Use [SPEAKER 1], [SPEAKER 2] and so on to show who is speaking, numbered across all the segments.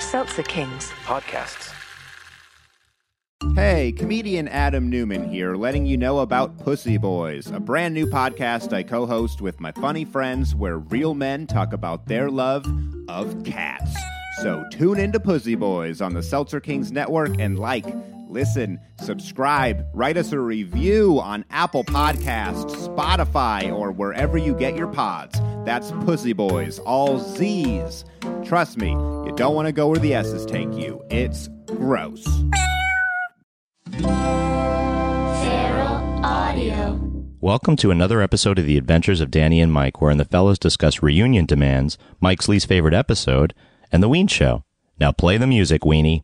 [SPEAKER 1] Seltzer Kings.
[SPEAKER 2] podcasts.
[SPEAKER 3] Hey, comedian Adam Newman here, letting you know about Pussy Boys, a brand new podcast I co host with my funny friends where real men talk about their love of cats. So tune into Pussy Boys on the Seltzer Kings Network and like, listen, subscribe, write us a review on Apple Podcasts, Spotify, or wherever you get your pods. That's Pussy Boys, all Z's. Trust me, you don't want to go where the S's take you. It's gross.
[SPEAKER 4] Feral Audio.
[SPEAKER 5] Welcome to another episode of The Adventures of Danny and Mike, wherein the fellows discuss reunion demands, Mike's least favorite episode, and The Ween Show. Now play the music, Weenie.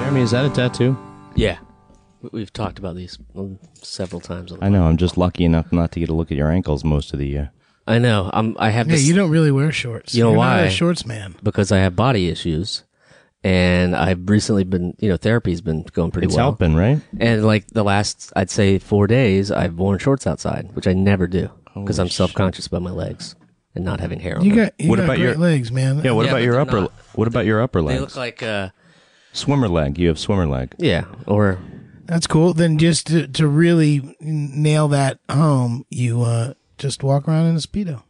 [SPEAKER 5] Jeremy, is that a tattoo?
[SPEAKER 6] Yeah. We- We've talked about these um, several times. On the
[SPEAKER 5] I know, I'm just lucky enough not to get a look at your ankles most of the uh, year.
[SPEAKER 6] I know. I'm, I have
[SPEAKER 7] Hey,
[SPEAKER 6] this
[SPEAKER 7] you don't really wear shorts.
[SPEAKER 6] You know
[SPEAKER 7] You're
[SPEAKER 6] why?
[SPEAKER 7] Not a shorts man.
[SPEAKER 6] because I have body issues, and I've recently been, you know, therapy's been going pretty
[SPEAKER 5] It's
[SPEAKER 6] well.
[SPEAKER 5] helping, right?
[SPEAKER 6] And like the last, I'd say four days, I've worn shorts outside, which I never do because I'm self conscious about my legs and not having hair on
[SPEAKER 7] You
[SPEAKER 6] them.
[SPEAKER 7] got you
[SPEAKER 5] What
[SPEAKER 7] got
[SPEAKER 5] about
[SPEAKER 7] great
[SPEAKER 5] your-
[SPEAKER 7] legs, man.
[SPEAKER 5] Yeah, what about
[SPEAKER 6] Yeah, but
[SPEAKER 5] your
[SPEAKER 6] they're
[SPEAKER 5] upper
[SPEAKER 6] not.
[SPEAKER 5] what about your upper
[SPEAKER 6] they
[SPEAKER 5] legs?
[SPEAKER 6] look like, uh,
[SPEAKER 5] swimmer leg. You have swimmer leg.
[SPEAKER 6] yeah, or
[SPEAKER 7] That's cool. Then just to, to really nail that home, you uh, just walk around in a speedo,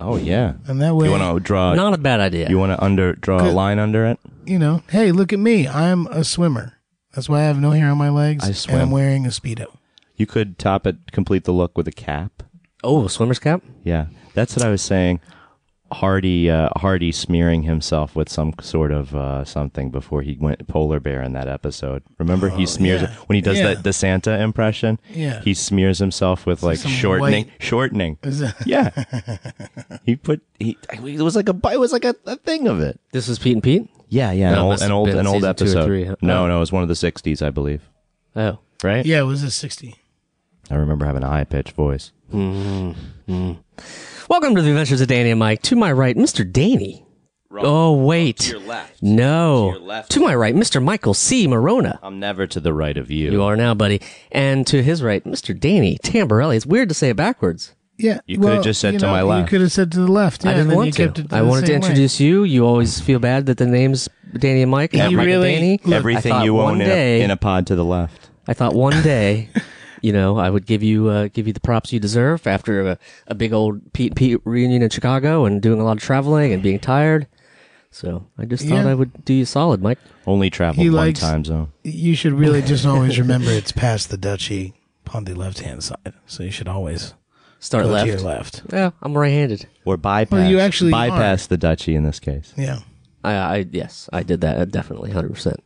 [SPEAKER 5] Oh yeah.
[SPEAKER 7] and that way
[SPEAKER 5] You wanna draw
[SPEAKER 6] not a bad idea.
[SPEAKER 5] Uh, you wanna under draw a line under it?
[SPEAKER 7] you know, hey, look at me. I'm a swimmer. That's why I have no hair on my legs.
[SPEAKER 5] I swim.
[SPEAKER 7] And I'm wearing a Speedo.
[SPEAKER 5] You could top it complete the look with a cap.
[SPEAKER 6] oh, a swimmer's cap?
[SPEAKER 5] Yeah, that's what I was saying. Hardy, uh, Hardy smearing himself with some sort of uh, something before he went polar bear in that episode. Remember, he smears
[SPEAKER 7] Oh, yeah.
[SPEAKER 5] when he does
[SPEAKER 7] Yeah.
[SPEAKER 5] that DeSanta impression.
[SPEAKER 7] Yeah.
[SPEAKER 5] he smears himself with like
[SPEAKER 7] some
[SPEAKER 5] shortening,
[SPEAKER 7] white-
[SPEAKER 5] shortening.
[SPEAKER 7] Is that-
[SPEAKER 5] yeah, he put he. It was like a it was like a, a thing of it.
[SPEAKER 6] This was Pete and Pete?
[SPEAKER 5] Yeah, yeah, an
[SPEAKER 6] No, it
[SPEAKER 5] old
[SPEAKER 6] must
[SPEAKER 5] an
[SPEAKER 6] have
[SPEAKER 5] old
[SPEAKER 6] been
[SPEAKER 5] an old
[SPEAKER 6] season two or
[SPEAKER 5] episode.
[SPEAKER 6] three, huh?
[SPEAKER 5] No,
[SPEAKER 6] Oh.
[SPEAKER 5] no, it was one of the '60s, I believe.
[SPEAKER 6] Oh.
[SPEAKER 5] Right?
[SPEAKER 7] Yeah, it was a sixty.
[SPEAKER 5] I remember having a high pitched voice.
[SPEAKER 6] Welcome to the Adventures of Danny and Mike. To my right, Mr. Danny. Oh, wait. To your left. No. To, my right, Mr. Michael C. Marona.
[SPEAKER 5] I'm never to the right of you.
[SPEAKER 6] You are now, buddy. And to his right, Mr. Danny Tamborelli. It's weird to say it backwards.
[SPEAKER 7] Yeah,
[SPEAKER 5] You could've just said
[SPEAKER 7] you
[SPEAKER 5] to my
[SPEAKER 7] You
[SPEAKER 5] left.
[SPEAKER 7] could have said to the left. Yeah,
[SPEAKER 6] I
[SPEAKER 7] and
[SPEAKER 6] didn't
[SPEAKER 7] then
[SPEAKER 6] want
[SPEAKER 7] you
[SPEAKER 6] to.
[SPEAKER 7] kept it
[SPEAKER 6] I
[SPEAKER 7] the
[SPEAKER 6] wanted to
[SPEAKER 7] same way.
[SPEAKER 6] introduce you. You always feel bad that the name's Danny and Mike. not
[SPEAKER 7] You
[SPEAKER 6] Mike and
[SPEAKER 7] really-
[SPEAKER 6] Danny.
[SPEAKER 7] Look,
[SPEAKER 5] Everything
[SPEAKER 6] I thought
[SPEAKER 5] you
[SPEAKER 6] one
[SPEAKER 5] own in
[SPEAKER 6] day,
[SPEAKER 5] a, in a pod to the left.
[SPEAKER 6] I thought one day, you know, I would give you uh, give you the props you deserve after a, a big old Pete and Pete reunion in Chicago and doing a lot of traveling and being tired. So I just thought
[SPEAKER 7] Yeah.
[SPEAKER 6] I would do you solid, Mike.
[SPEAKER 5] Only traveled
[SPEAKER 7] He
[SPEAKER 5] one
[SPEAKER 7] likes-
[SPEAKER 5] time zone.
[SPEAKER 7] You should really just always remember it's past the duchy on the left hand side. So you should always
[SPEAKER 6] Start
[SPEAKER 7] go
[SPEAKER 6] left.
[SPEAKER 7] to your left.
[SPEAKER 6] Yeah, I'm right-handed.
[SPEAKER 5] Or bypass.
[SPEAKER 7] Well, you actually
[SPEAKER 5] bypass the duchy in this case.
[SPEAKER 7] Yeah.
[SPEAKER 6] I, I yes, I did that uh, definitely, hundred percent.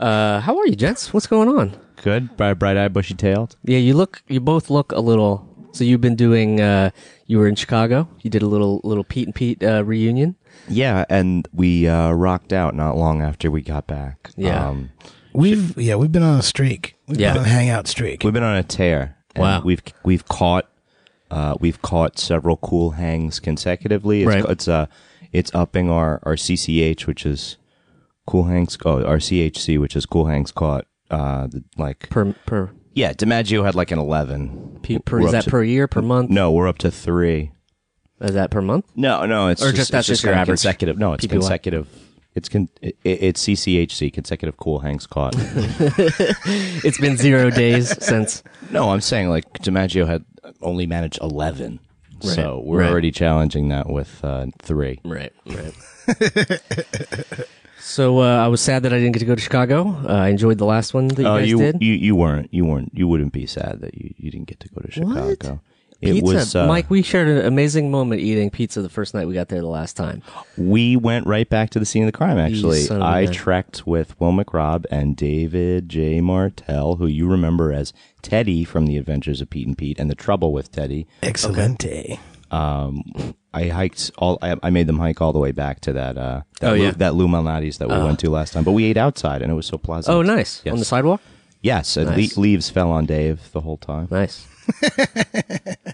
[SPEAKER 6] Uh, how are you, gents? What's going on?
[SPEAKER 5] Good. Bright, bright eyed, bushy tailed.
[SPEAKER 6] Yeah, you look. You both look a little. So you've been doing. Uh, you were in Chicago. You did a little little Pete and Pete uh, reunion.
[SPEAKER 5] Yeah, and we uh, rocked out not long after we got back.
[SPEAKER 6] Yeah.
[SPEAKER 5] Um,
[SPEAKER 7] We've yeah, we've been on a streak. We've
[SPEAKER 6] Yeah.
[SPEAKER 7] been on a hangout streak.
[SPEAKER 5] we've been on a tear. and
[SPEAKER 6] Wow.
[SPEAKER 5] We've we've caught uh, we've caught several cool hangs consecutively. It's,
[SPEAKER 6] Right.
[SPEAKER 5] It's uh, it's upping our our CCH, which is cool hangs. Oh, our CHC, which is cool hangs caught. Uh, the, like
[SPEAKER 6] Per per.
[SPEAKER 5] yeah, DiMaggio had like an eleven.
[SPEAKER 6] pe- per
[SPEAKER 5] We're
[SPEAKER 6] is
[SPEAKER 5] up
[SPEAKER 6] that
[SPEAKER 5] to-
[SPEAKER 6] per year? Per month?
[SPEAKER 5] No, we're up to three.
[SPEAKER 6] Is that per month?
[SPEAKER 5] No, no, it's
[SPEAKER 6] Or just
[SPEAKER 5] it's
[SPEAKER 6] that's just your
[SPEAKER 5] con-
[SPEAKER 6] average
[SPEAKER 5] consecutive. No, it's
[SPEAKER 6] PPY.
[SPEAKER 5] consecutive. It's con- it, it's CCHC consecutive cool hangs caught.
[SPEAKER 6] It's been zero days since.
[SPEAKER 5] no, I'm saying like DiMaggio had only managed eleven, so we're
[SPEAKER 6] right.
[SPEAKER 5] already challenging that with uh, three.
[SPEAKER 6] Right. Right. so uh, I was sad that I didn't get to go to Chicago. Uh, I enjoyed the last one that Uh, you
[SPEAKER 5] Oh,
[SPEAKER 6] guys
[SPEAKER 5] you
[SPEAKER 6] did.
[SPEAKER 5] you you weren't you weren't you wouldn't be sad that you, you didn't get to go to Chicago.
[SPEAKER 6] What?
[SPEAKER 5] It
[SPEAKER 6] pizza.
[SPEAKER 5] was uh,
[SPEAKER 6] Mike, we shared an amazing moment eating pizza the first night we got there the last time.
[SPEAKER 5] We went right back to the scene of the crime. Actually,
[SPEAKER 6] son of a
[SPEAKER 5] I
[SPEAKER 6] gun.
[SPEAKER 5] trekked with Will McRobb and David J. Martell, who you remember as Teddy from The Adventures of Pete and Pete and The Trouble with Teddy.
[SPEAKER 7] Excelente.
[SPEAKER 5] I hiked all. I, I made them hike all the way back to that. Uh, that
[SPEAKER 6] Oh,
[SPEAKER 5] Lou,
[SPEAKER 6] yeah. Uh-huh.
[SPEAKER 5] that Lou Malnati's that we went to last time. But we ate outside, and it was so pleasant.
[SPEAKER 6] Oh, nice.
[SPEAKER 5] Yes.
[SPEAKER 6] On the sidewalk?
[SPEAKER 5] Yes, and
[SPEAKER 6] Nice.
[SPEAKER 5] le- leaves fell on Dave the whole time.
[SPEAKER 6] Nice.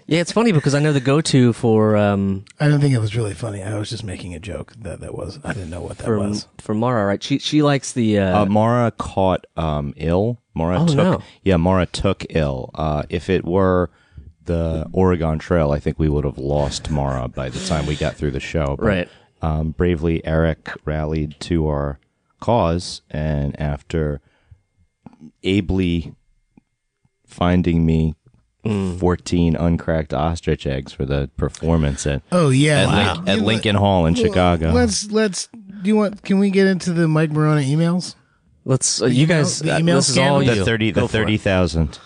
[SPEAKER 6] yeah, it's funny because I know the go-to for um,
[SPEAKER 7] I don't think it was really funny. I was just making a joke that that was. I didn't know what that
[SPEAKER 6] for
[SPEAKER 7] was.
[SPEAKER 6] for Mara, right? She she likes the uh,
[SPEAKER 7] Um,
[SPEAKER 5] Uh, Mara caught um, ill. Mara
[SPEAKER 6] Oh,
[SPEAKER 5] took
[SPEAKER 6] no.
[SPEAKER 5] yeah, Mara took ill. Uh, if it were the Oregon Trail, I think we would have lost Mara by the time we got through the show. But,
[SPEAKER 6] Right.
[SPEAKER 5] Um, bravely, Eric rallied to our cause, and after ably finding me.
[SPEAKER 6] Mm.
[SPEAKER 5] 14 uncracked ostrich eggs for the performance at,
[SPEAKER 7] Oh yeah,
[SPEAKER 5] at,
[SPEAKER 7] Like,
[SPEAKER 5] Link- at Lincoln Hall in Chicago.
[SPEAKER 7] Let's let's. Do you want? Can we get into the Mike Morona emails?
[SPEAKER 6] let's uh, you
[SPEAKER 7] email-
[SPEAKER 6] guys
[SPEAKER 7] the
[SPEAKER 6] uh,
[SPEAKER 7] email
[SPEAKER 6] this is all
[SPEAKER 7] scandal?
[SPEAKER 6] you.
[SPEAKER 5] the 30
[SPEAKER 6] Go
[SPEAKER 5] the
[SPEAKER 6] for it.
[SPEAKER 5] 30,000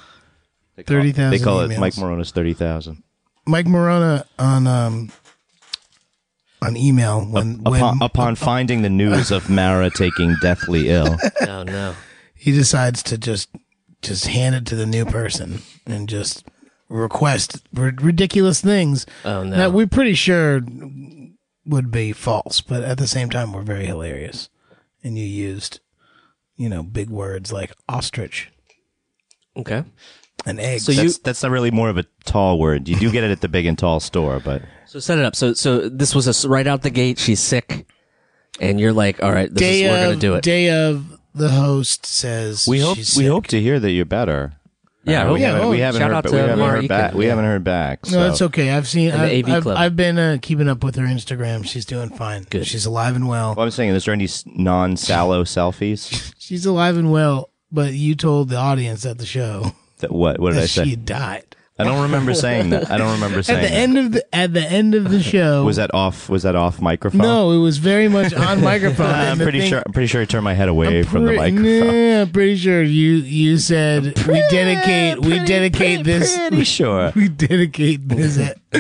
[SPEAKER 7] Thirty thousand.
[SPEAKER 5] They call
[SPEAKER 7] emails.
[SPEAKER 5] it Mike Morona's thirty thousand.
[SPEAKER 7] Mike Morona on um on email when when
[SPEAKER 5] Upon, upon finding the news of Mara taking deathly ill,
[SPEAKER 6] Oh no.
[SPEAKER 7] he decides to just just hand it to the new person and just request r- ridiculous things
[SPEAKER 6] Oh, no.
[SPEAKER 7] that we're pretty sure would be false, but at the same time, we're very hilarious. And you used, you know, big words like ostrich
[SPEAKER 6] Okay.
[SPEAKER 7] and eggs.
[SPEAKER 6] So you
[SPEAKER 5] that's, that's not really more of a tall word. You do get it at the big and tall store, but
[SPEAKER 6] so set it up. So so this was a s right out the gate. She's sick, and you're like, all right, this
[SPEAKER 7] day
[SPEAKER 6] is, we're
[SPEAKER 7] of
[SPEAKER 6] gonna do it.
[SPEAKER 7] day of the host says
[SPEAKER 5] we hope
[SPEAKER 7] she's
[SPEAKER 5] we
[SPEAKER 7] sick.
[SPEAKER 5] hope to hear that you're better.
[SPEAKER 6] Oh, yeah.
[SPEAKER 5] Uh, we
[SPEAKER 6] okay.
[SPEAKER 5] haven't, we haven't
[SPEAKER 6] shout
[SPEAKER 5] heard,
[SPEAKER 6] out
[SPEAKER 5] but
[SPEAKER 6] to
[SPEAKER 5] we haven't
[SPEAKER 6] Mara
[SPEAKER 5] heard
[SPEAKER 6] Eakin.
[SPEAKER 5] back. We haven't heard back. So.
[SPEAKER 7] No, it's okay. I've seen.
[SPEAKER 6] And the
[SPEAKER 7] I've,
[SPEAKER 6] AV
[SPEAKER 7] I've,
[SPEAKER 6] Club.
[SPEAKER 7] I've been uh, keeping up with her Instagram. She's doing fine. Good. She's alive and well.
[SPEAKER 5] Well, I'm saying, is there any s- non-sallow selfies?
[SPEAKER 7] She's alive and well, but you told the audience at the show
[SPEAKER 5] That, what? What did I
[SPEAKER 7] that
[SPEAKER 5] say?
[SPEAKER 7] she had died.
[SPEAKER 5] I don't remember saying that. I don't remember saying
[SPEAKER 7] At the
[SPEAKER 5] that.
[SPEAKER 7] end of the at the end of the show
[SPEAKER 5] was that off? Was that off microphone?
[SPEAKER 7] No, it was very much on microphone.
[SPEAKER 5] I'm
[SPEAKER 7] and the
[SPEAKER 5] pretty
[SPEAKER 7] thing-
[SPEAKER 5] sure. I'm pretty sure I turned my head away from the
[SPEAKER 7] Pre-
[SPEAKER 5] microphone.
[SPEAKER 7] Nah, I'm pretty sure you you said we dedicate we dedicate this
[SPEAKER 5] Pretty sure.
[SPEAKER 7] we dedicate this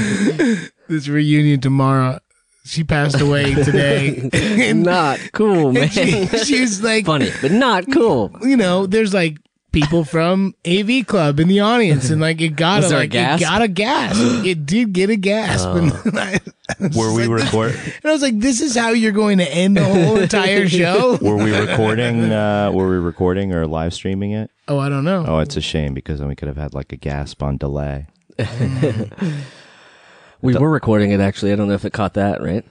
[SPEAKER 7] this reunion tomorrow. She passed away today. and
[SPEAKER 6] Not cool, man.
[SPEAKER 7] she, she was like
[SPEAKER 6] Funny, but not cool.
[SPEAKER 7] you know, there's like people from AV Club in the audience, and like it got
[SPEAKER 6] Was
[SPEAKER 7] a,
[SPEAKER 6] there a
[SPEAKER 7] like
[SPEAKER 6] gasp?
[SPEAKER 7] it got a gasp. it did get a gasp,
[SPEAKER 5] Oh.
[SPEAKER 7] and, I,
[SPEAKER 5] Were we record?
[SPEAKER 7] and I was like, "This is how you're going to end the whole entire show?"
[SPEAKER 5] Were we recording? Uh, were we recording or live streaming it?
[SPEAKER 7] oh, I don't know.
[SPEAKER 5] Oh, it's a shame because then we could have had like a gasp on delay.
[SPEAKER 6] We were recording it actually. I don't know if it caught that right.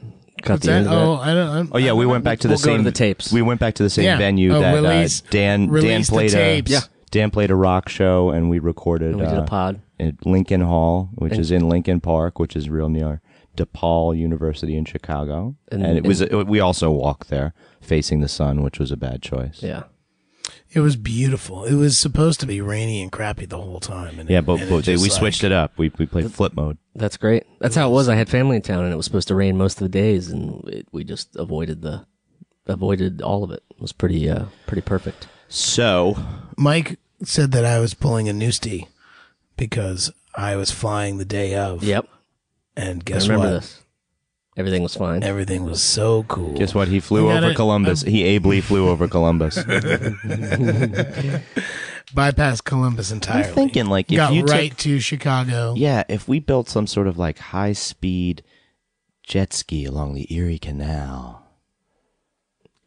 [SPEAKER 6] Caught
[SPEAKER 7] What's
[SPEAKER 6] the
[SPEAKER 7] that?
[SPEAKER 6] end of that.
[SPEAKER 7] Oh, I don't. I'm,
[SPEAKER 5] Oh yeah, we went back to the
[SPEAKER 6] We'll go
[SPEAKER 5] same
[SPEAKER 6] to the tapes.
[SPEAKER 5] We went back to the same
[SPEAKER 7] Yeah.
[SPEAKER 5] venue
[SPEAKER 7] Oh,
[SPEAKER 5] that
[SPEAKER 7] release-
[SPEAKER 5] uh, Dan Dan
[SPEAKER 7] release the
[SPEAKER 5] played a
[SPEAKER 7] tapes. Yeah.
[SPEAKER 5] Dan played a rock show and we recorded
[SPEAKER 6] And we did a
[SPEAKER 5] uh,
[SPEAKER 6] pod.
[SPEAKER 5] at Lincoln Hall, which is in Lincoln Park, which is real near DePaul University in Chicago. And, it was we also walked there facing the sun, which was a bad choice.
[SPEAKER 6] Yeah.
[SPEAKER 7] It was beautiful. It was supposed to be rainy and crappy the whole time. And
[SPEAKER 5] Yeah,
[SPEAKER 7] it-
[SPEAKER 5] but,
[SPEAKER 7] and
[SPEAKER 5] but
[SPEAKER 7] it
[SPEAKER 5] they,
[SPEAKER 7] just,
[SPEAKER 5] we
[SPEAKER 7] like-
[SPEAKER 5] switched it up. We we played flip mode.
[SPEAKER 6] That's great. That's how it was. I had family in town, and it was supposed to rain most of the days, and it, we just avoided the avoided all of it. It was pretty uh, pretty perfect.
[SPEAKER 5] So
[SPEAKER 7] Mike said that I was pulling a noostie because I was flying the day of.
[SPEAKER 6] Yep,
[SPEAKER 7] And
[SPEAKER 6] I
[SPEAKER 7] guess
[SPEAKER 6] remember
[SPEAKER 7] what?
[SPEAKER 6] this. Everything was fine.
[SPEAKER 7] Everything was so cool.
[SPEAKER 5] Guess what? He flew
[SPEAKER 7] We
[SPEAKER 5] over
[SPEAKER 7] gotta-
[SPEAKER 5] Columbus. he ably flew over Columbus.
[SPEAKER 7] bypass Columbus entirely.
[SPEAKER 5] thinking, like, if
[SPEAKER 7] got
[SPEAKER 5] you
[SPEAKER 7] right
[SPEAKER 5] took-
[SPEAKER 7] to Chicago.
[SPEAKER 5] yeah, if we built some sort of like high speed jet ski along the Erie Canal,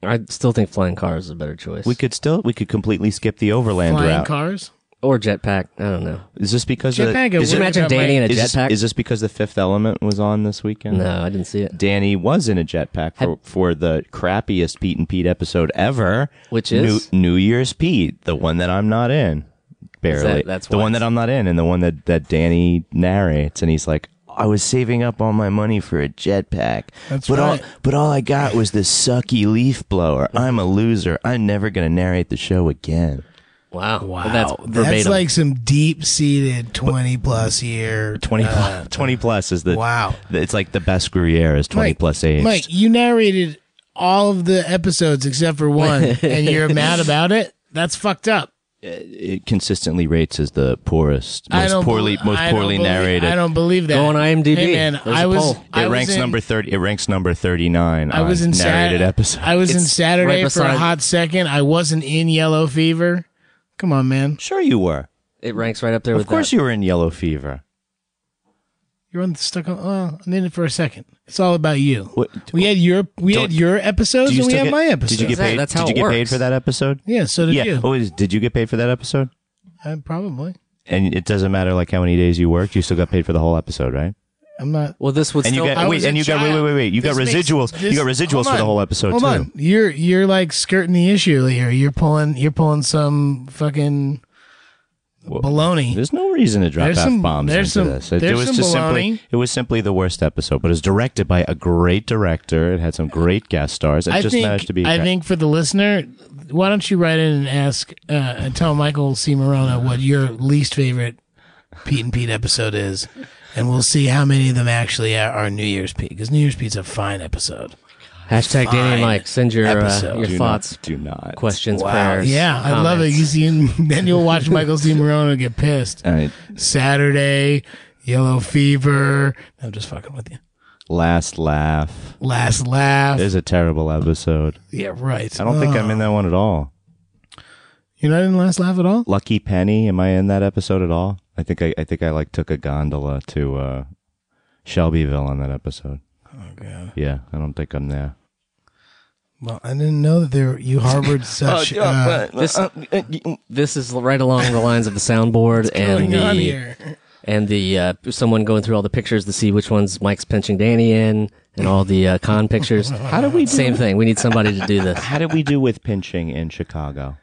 [SPEAKER 6] I still think flying car is a better choice.
[SPEAKER 5] we could still we could completely skip the overland
[SPEAKER 7] flying
[SPEAKER 5] route.
[SPEAKER 7] cars.
[SPEAKER 6] or jetpack. I don't know.
[SPEAKER 5] Is this because of
[SPEAKER 7] Jetpack,
[SPEAKER 5] is
[SPEAKER 7] it
[SPEAKER 5] it-
[SPEAKER 7] wouldn't
[SPEAKER 6] Imagine
[SPEAKER 7] have
[SPEAKER 6] Danny in
[SPEAKER 7] made-
[SPEAKER 6] a
[SPEAKER 5] is this,
[SPEAKER 6] jetpack.
[SPEAKER 5] is this because the Fifth Element was on this weekend?
[SPEAKER 6] no, I didn't see it.
[SPEAKER 5] Danny was in a jetpack for, for the crappiest Pete and Pete episode ever,
[SPEAKER 6] Which is?
[SPEAKER 5] New, New Year's Pete, the one that I'm not in, barely.
[SPEAKER 6] that's
[SPEAKER 5] the
[SPEAKER 6] why
[SPEAKER 5] one that
[SPEAKER 6] it's-
[SPEAKER 5] I'm not in, and the one that that Danny narrates, and he's like, "I was saving up all my money for a jetpack,
[SPEAKER 7] That's
[SPEAKER 5] but all
[SPEAKER 7] right.
[SPEAKER 5] but all I got was this sucky leaf blower. I'm a loser. I'm never gonna narrate the show again."
[SPEAKER 6] Wow, wow,
[SPEAKER 7] That's,
[SPEAKER 6] that's verbatim.
[SPEAKER 7] like some deep seated twenty plus year uh,
[SPEAKER 5] 20, plus, 20 plus is the
[SPEAKER 7] Wow.
[SPEAKER 5] It's like the best Gruyere is twenty
[SPEAKER 7] Mike,
[SPEAKER 5] plus age.
[SPEAKER 7] Mike, you narrated all of the episodes except for one, and you're mad about it. That's fucked up.
[SPEAKER 5] it consistently rates as the poorest,
[SPEAKER 7] I
[SPEAKER 5] most
[SPEAKER 7] don't
[SPEAKER 5] poorly,
[SPEAKER 7] bel-
[SPEAKER 5] most
[SPEAKER 7] I don't
[SPEAKER 5] poorly
[SPEAKER 7] believe-
[SPEAKER 5] narrated.
[SPEAKER 7] I don't believe that.
[SPEAKER 6] Go on IMDb.
[SPEAKER 7] Hey, man,
[SPEAKER 6] There's
[SPEAKER 7] I
[SPEAKER 6] a
[SPEAKER 7] was.
[SPEAKER 6] poll.
[SPEAKER 5] it
[SPEAKER 7] I was
[SPEAKER 5] ranks
[SPEAKER 7] in-
[SPEAKER 5] number thirty. It ranks number thirty-nine.
[SPEAKER 7] I was
[SPEAKER 5] on
[SPEAKER 7] in
[SPEAKER 5] narrated
[SPEAKER 7] Sat-
[SPEAKER 5] episode.
[SPEAKER 7] I was in
[SPEAKER 6] It's
[SPEAKER 7] Saturday
[SPEAKER 6] right
[SPEAKER 7] for a
[SPEAKER 6] beside-
[SPEAKER 7] hot second. I wasn't in Yellow Fever. Come on, man.
[SPEAKER 5] sure you were.
[SPEAKER 6] it ranks right up there
[SPEAKER 5] Of
[SPEAKER 6] with.
[SPEAKER 5] course
[SPEAKER 6] that.
[SPEAKER 5] you were in Yellow Fever.
[SPEAKER 7] You're on stuck on. Uh, I'm in it for a second. It's all about you.
[SPEAKER 5] What-
[SPEAKER 7] we had your we had
[SPEAKER 5] Don't-
[SPEAKER 7] your episodes and we
[SPEAKER 5] still
[SPEAKER 7] had
[SPEAKER 5] get-
[SPEAKER 7] my episodes.
[SPEAKER 5] Did you get
[SPEAKER 6] That-
[SPEAKER 5] paid?
[SPEAKER 6] that's how
[SPEAKER 5] did you
[SPEAKER 6] it
[SPEAKER 5] get paid
[SPEAKER 6] works.
[SPEAKER 5] for that episode?
[SPEAKER 7] yeah, so did
[SPEAKER 5] yeah.
[SPEAKER 7] you.
[SPEAKER 5] Oh, is- did you get paid for that episode?
[SPEAKER 7] I probably.
[SPEAKER 5] And it doesn't matter like how many days you worked. You still got paid for the whole episode, right?
[SPEAKER 7] I'm not.
[SPEAKER 6] Well, this would
[SPEAKER 5] And you
[SPEAKER 6] still.
[SPEAKER 5] got
[SPEAKER 7] I
[SPEAKER 5] wait,
[SPEAKER 7] was a
[SPEAKER 5] and you got wait, wait,
[SPEAKER 7] child.
[SPEAKER 5] wait, wait. You got
[SPEAKER 7] This makes-
[SPEAKER 5] residuals.
[SPEAKER 7] this-
[SPEAKER 5] you got residuals
[SPEAKER 7] hold
[SPEAKER 5] for the
[SPEAKER 7] on.
[SPEAKER 5] whole episode
[SPEAKER 7] Hold
[SPEAKER 5] too.
[SPEAKER 7] on, you're you're like skirting the issue here. You're pulling you're pulling some fucking baloney.
[SPEAKER 5] There's no reason to drop
[SPEAKER 7] There's
[SPEAKER 5] f
[SPEAKER 7] some-
[SPEAKER 5] bombs into
[SPEAKER 7] there's some-
[SPEAKER 5] this. It, it
[SPEAKER 7] there's
[SPEAKER 5] was
[SPEAKER 7] some
[SPEAKER 5] just
[SPEAKER 7] baloney.
[SPEAKER 5] simply it was simply the worst episode, but it's directed by a great director. It had some great guest stars. It
[SPEAKER 7] I
[SPEAKER 5] just
[SPEAKER 7] think
[SPEAKER 5] managed to be.
[SPEAKER 7] I
[SPEAKER 5] great.
[SPEAKER 7] think for the listener, why don't you write in and ask uh, and tell Michael C. Morona what your least favorite Pete and Pete episode is, and we'll see how many of them actually are, are New Year's Pete because New Year's Pete's a fine episode.
[SPEAKER 6] Hashtag Danny and
[SPEAKER 7] Fine
[SPEAKER 6] Mike. Send your uh,
[SPEAKER 7] episode.
[SPEAKER 6] your
[SPEAKER 5] do
[SPEAKER 6] thoughts,
[SPEAKER 5] Not, do not.
[SPEAKER 6] questions, prayers.
[SPEAKER 7] yeah, I love it.
[SPEAKER 6] comments.
[SPEAKER 7] You see, and then you'll watch Michael C. Morona get pissed.
[SPEAKER 5] All right.
[SPEAKER 7] Saturday, Yellow Fever. I'm just fucking with you.
[SPEAKER 5] Last laugh.
[SPEAKER 7] Last Laugh.
[SPEAKER 5] It is a terrible episode.
[SPEAKER 7] yeah, right. Uh,
[SPEAKER 5] I don't think I'm in that one at all.
[SPEAKER 7] You're not in Last Laugh at all.
[SPEAKER 5] Lucky Penny. Am I in that episode at all? I think I, I think I like took a gondola to uh, Shelbyville on that episode.
[SPEAKER 7] Oh god.
[SPEAKER 5] Yeah, I don't think I'm there.
[SPEAKER 7] Well, I didn't know that there you
[SPEAKER 5] Oh,
[SPEAKER 7] harbored such. uh,
[SPEAKER 6] This, this is right along the lines of the soundboard and
[SPEAKER 7] going on
[SPEAKER 6] the
[SPEAKER 7] here?
[SPEAKER 6] and the uh, someone going through all the pictures to see which ones Mike's pinching Danny in and all the uh, con pictures. How do we? Same thing. We need somebody to do this.
[SPEAKER 5] How did we do with pinching in Chicago?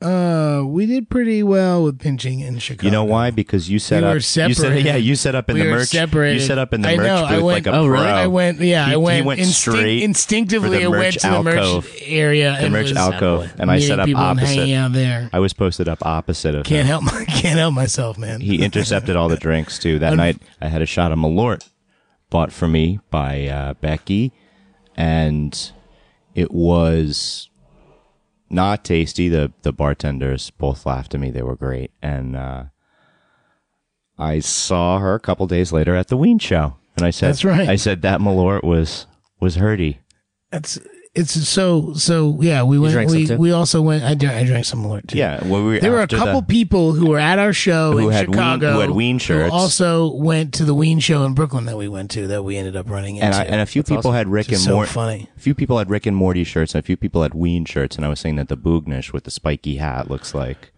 [SPEAKER 7] Uh, we did pretty well with pinching in Chicago.
[SPEAKER 5] You know why? Because you set
[SPEAKER 7] We
[SPEAKER 5] up.
[SPEAKER 7] were
[SPEAKER 5] You set,
[SPEAKER 7] separated.
[SPEAKER 5] yeah, you set up in
[SPEAKER 7] we
[SPEAKER 5] the
[SPEAKER 7] were
[SPEAKER 5] merch.
[SPEAKER 7] separated.
[SPEAKER 5] You set up in the
[SPEAKER 7] I
[SPEAKER 5] merch
[SPEAKER 7] know, I
[SPEAKER 5] booth
[SPEAKER 7] went-
[SPEAKER 5] like a
[SPEAKER 6] Oh, really?
[SPEAKER 5] pro.
[SPEAKER 7] I went. Yeah,
[SPEAKER 5] He-
[SPEAKER 7] I went.
[SPEAKER 5] He went
[SPEAKER 7] instinct-
[SPEAKER 5] straight
[SPEAKER 7] instinctively.
[SPEAKER 5] for the
[SPEAKER 7] I went
[SPEAKER 5] merch
[SPEAKER 7] to the
[SPEAKER 5] alcove.
[SPEAKER 7] merch area
[SPEAKER 5] the
[SPEAKER 7] and
[SPEAKER 5] merch
[SPEAKER 7] was
[SPEAKER 5] alcove, and I
[SPEAKER 7] meeting
[SPEAKER 5] set up
[SPEAKER 7] people and hanging
[SPEAKER 5] opposite.
[SPEAKER 7] out there.
[SPEAKER 5] I was posted up opposite of
[SPEAKER 7] Can't
[SPEAKER 5] him.
[SPEAKER 7] help. My, can't help myself, man.
[SPEAKER 5] He intercepted all the drinks too. That night, I had a shot of Malort, bought for me by uh, Becky, and it was not tasty. the The bartenders both laughed at me. They were great, and uh, I saw her a couple days later at the Ween show, and I said,
[SPEAKER 7] That's right.
[SPEAKER 5] I said that Malort was was herdy.
[SPEAKER 7] That's it's so so. Yeah, we
[SPEAKER 6] drank
[SPEAKER 7] went.
[SPEAKER 6] some
[SPEAKER 7] We,
[SPEAKER 6] too?
[SPEAKER 7] we also went. I drank, I drank some more too.
[SPEAKER 5] Yeah, well, we were
[SPEAKER 7] There were a
[SPEAKER 5] after
[SPEAKER 7] couple
[SPEAKER 5] the-
[SPEAKER 7] people who were at our show
[SPEAKER 5] Who
[SPEAKER 7] in
[SPEAKER 5] had Ween-
[SPEAKER 7] Chicago
[SPEAKER 5] who had Ween shirts.
[SPEAKER 7] also went to the Ween show in Brooklyn that we went to that we ended up running into.
[SPEAKER 5] and I, and a few people had Rick and
[SPEAKER 7] Just so
[SPEAKER 5] Morty.
[SPEAKER 7] funny.
[SPEAKER 5] A few people had Rick and Morty shirts, and a few people had Ween shirts. And I was saying that the Boognish with the spiky hat looks like.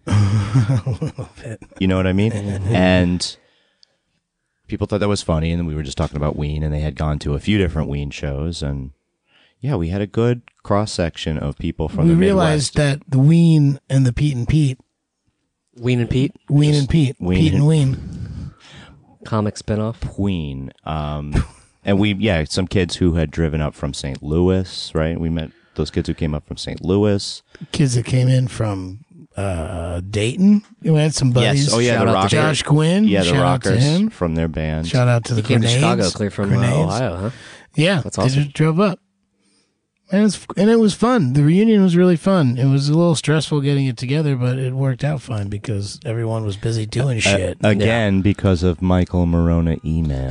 [SPEAKER 5] You know what I mean? and people thought that was funny, and we were just talking about Ween, and they had gone to a few different Ween shows, and yeah, we had a good cross section of people from
[SPEAKER 7] we
[SPEAKER 5] the
[SPEAKER 7] realized that the Ween and the Pete and Pete,
[SPEAKER 6] Ween and Pete
[SPEAKER 7] Ween and Pete,
[SPEAKER 5] Ween
[SPEAKER 7] Pete
[SPEAKER 5] and-
[SPEAKER 7] and Ween.
[SPEAKER 6] comic spinoff.
[SPEAKER 5] Midwest Queen. Um, and we, yeah, some kids who had driven up from St. Louis, right? We met those kids who came up from St. Louis.
[SPEAKER 7] Kids that came in from uh, Dayton. We had some buddies.
[SPEAKER 5] Oh yeah,
[SPEAKER 6] Shout
[SPEAKER 5] the
[SPEAKER 6] out
[SPEAKER 5] rockers.
[SPEAKER 6] to
[SPEAKER 7] Josh Quinn.
[SPEAKER 5] Yeah, the
[SPEAKER 7] Shout out to
[SPEAKER 5] rockers
[SPEAKER 7] him.
[SPEAKER 5] from their band.
[SPEAKER 7] Shout out to the
[SPEAKER 6] He came to
[SPEAKER 7] grenades.
[SPEAKER 6] Chicago, clear from uh,
[SPEAKER 7] Grenades.
[SPEAKER 6] Ohio, huh?
[SPEAKER 7] Yeah,
[SPEAKER 6] That's awesome.
[SPEAKER 7] They just drove up, and it's and it was fun. The reunion was really fun. It was a little stressful getting it together, but it worked out fine because everyone was busy
[SPEAKER 6] Uh,
[SPEAKER 7] doing shit.
[SPEAKER 5] Uh, Again, because of Michael Morona email.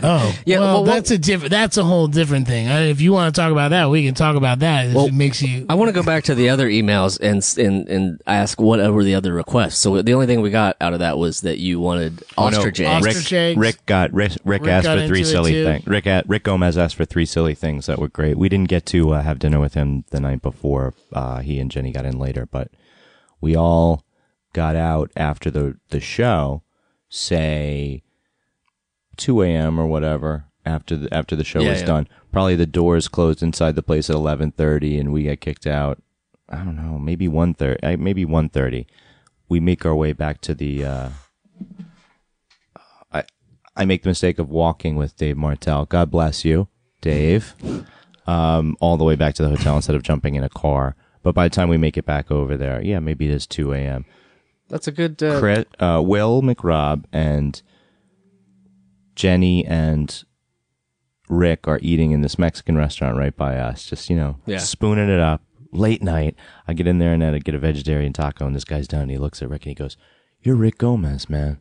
[SPEAKER 7] oh,
[SPEAKER 6] Yeah,
[SPEAKER 7] yeah.
[SPEAKER 6] well,
[SPEAKER 7] Well,
[SPEAKER 6] what-
[SPEAKER 7] that's a different. That's a whole different thing. I, if you want to talk about that, we can talk about that. If it makes you.
[SPEAKER 6] I want to go back to the other emails and s- and and ask what were the other requests. So the only thing we got out of that was that you wanted ostrich eggs.
[SPEAKER 7] Oh, Ostrich
[SPEAKER 5] Oh, Rick,
[SPEAKER 7] eggs.
[SPEAKER 5] Rick got Rick, Rick,
[SPEAKER 7] Rick
[SPEAKER 5] asked
[SPEAKER 7] got
[SPEAKER 5] for three
[SPEAKER 7] into it
[SPEAKER 5] silly
[SPEAKER 7] too.
[SPEAKER 5] things. Rick at, Rick Gomez asked for three silly things that were great. We didn't get to uh, have dinner with him the night before. Uh, he and Jenny got in later, but we all got out after the the show, say two a.m. or whatever. After the after the show
[SPEAKER 6] Yeah,
[SPEAKER 5] was
[SPEAKER 6] yeah.
[SPEAKER 5] done, probably the doors closed inside the place at eleven thirty, and we got kicked out. I don't know, maybe one thirty, maybe one thirty. We make our way back to the. Uh, I make the mistake of walking with Dave Martell. God bless you, Dave. Um, all the way back to the hotel instead of jumping in a car. But by the time we make it back over there, yeah, maybe it is 2 a.m.
[SPEAKER 6] That's a good. Uh,
[SPEAKER 5] Chris, uh, Will McRob and Jenny and Rick are eating in this Mexican restaurant right by us. Just you know,
[SPEAKER 6] Yeah.
[SPEAKER 5] spooning it up late night. I get in there and I get a vegetarian taco, and this guy's done. And he looks at Rick and he goes, "You're Rick Gomez, man.